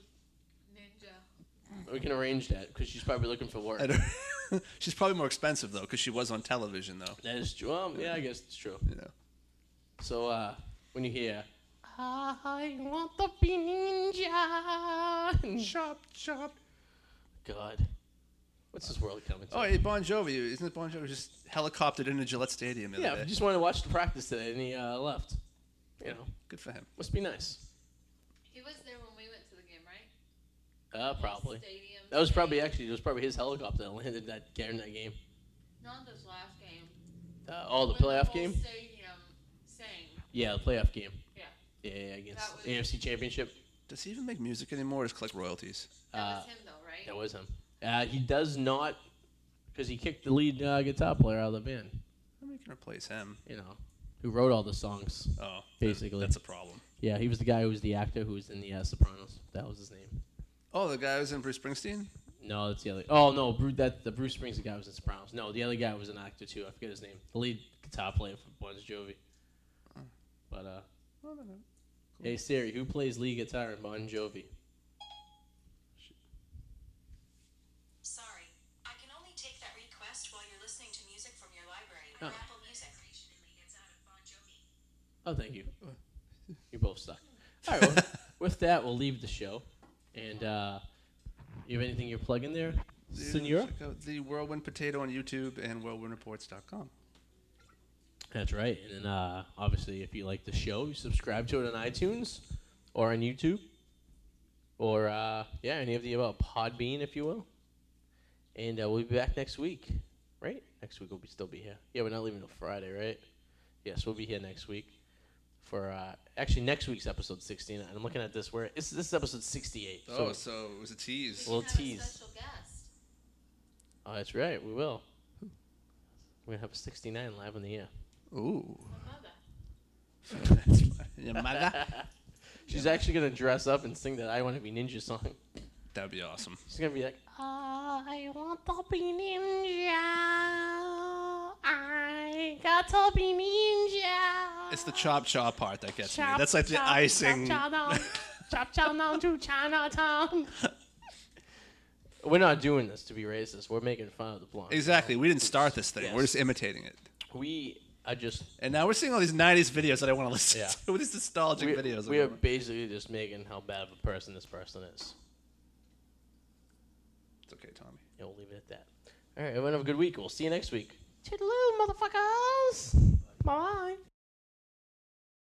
ninja.
we can arrange that because she's probably looking for work.
I don't- She's probably more expensive though, because she was on television though.
That is true. Um, yeah, I guess it's true.
You know.
So uh, when you hear, I want to be ninja.
Chop chop.
God, what's this world coming to?
Oh, hey, Bon Jovi. Isn't it Bon Jovi just helicoptered into Gillette Stadium? The
yeah,
other
I
day?
just wanted to watch the practice today, and he uh, left. You know,
good for him.
must be nice.
He was there when we went to the game, right?
Uh, probably.
Stadium.
That was probably
game.
actually it was probably his helicopter that landed that during that game.
Not this last game.
Uh, oh, the
When
playoff
whole
game.
Stadium sang.
Yeah, the playoff game.
Yeah.
Yeah, yeah, against
That was-
AFC Championship.
Does he even make music anymore? Or just collect royalties?
That
Uh,
was him though, right?
That was him. Uh, he does not, because he kicked the lead uh, guitar player out of the band.
I mean, you can replace him.
You know, who wrote all the songs.
Oh,
Basically.
that's a problem.
Yeah, he was the guy who was the actor who was in the uh, Sopranos. That was his name.
Oh, the guy was in Bruce Springsteen.
No, that's the other. Oh no, Bru- that the Bruce Springsteen guy was in Sopranos. No, the other guy was an actor too. I forget his name. The lead guitar player for Bon Jovi. But uh, hey Siri, who plays lead guitar in Bon Jovi?
Sorry, I can only take that request while you're listening to music from your library
Oh.
or Apple Music.
Oh, thank you. You both suck. All right. Well, with that, we'll leave the show. And uh, you have anything you're plugging there, Senor?
Check out the Whirlwind Potato on YouTube and WhirlwindReports.com.
That's right. And then uh, obviously, if you like the show, you subscribe to it on iTunes or on YouTube. or uh, yeah, any of the about Podbean, if you will. And uh, we'll be back next week, right? Next week we'll be still be here. Yeah, we're not leaving till Friday, right? Yes, we'll be here next week for uh, actually next week's episode 16. And I'm looking at this where it's this is episode 68.
Oh,
so
so it was a tease.
We
Little
have a
tease.
special guest.
oh, that's right, we will. We're gonna have 69 live on the air.
Ooh.
My mother.
That's fun. Your mother?
She's actually gonna dress up and sing that "I Want to Be Ninja" song.
That'd be awesome.
She's gonna be like,
I want to be ninja. I got to be ninja.
It's the chop chop part that gets me.
Chop,
That's like the
chop,
icing.
Chop chop down, chop chop down to Chinatown.
"We're not doing this to be racist. We're making fun of the blonde."
Exactly. We didn't start this thing. We're
Yes.
just imitating it.
We are just
And now we're seeing all these 90s videos that I want to listen
Yeah.
to. These nostalgic
we,
videos.
we are
of them.
basically just making how bad of a person this person is.
It's okay, Tommy.
And we'll leave it at that. All right, everyone have a good week. We'll see you next week.
Toodaloo, motherfuckers. Bye.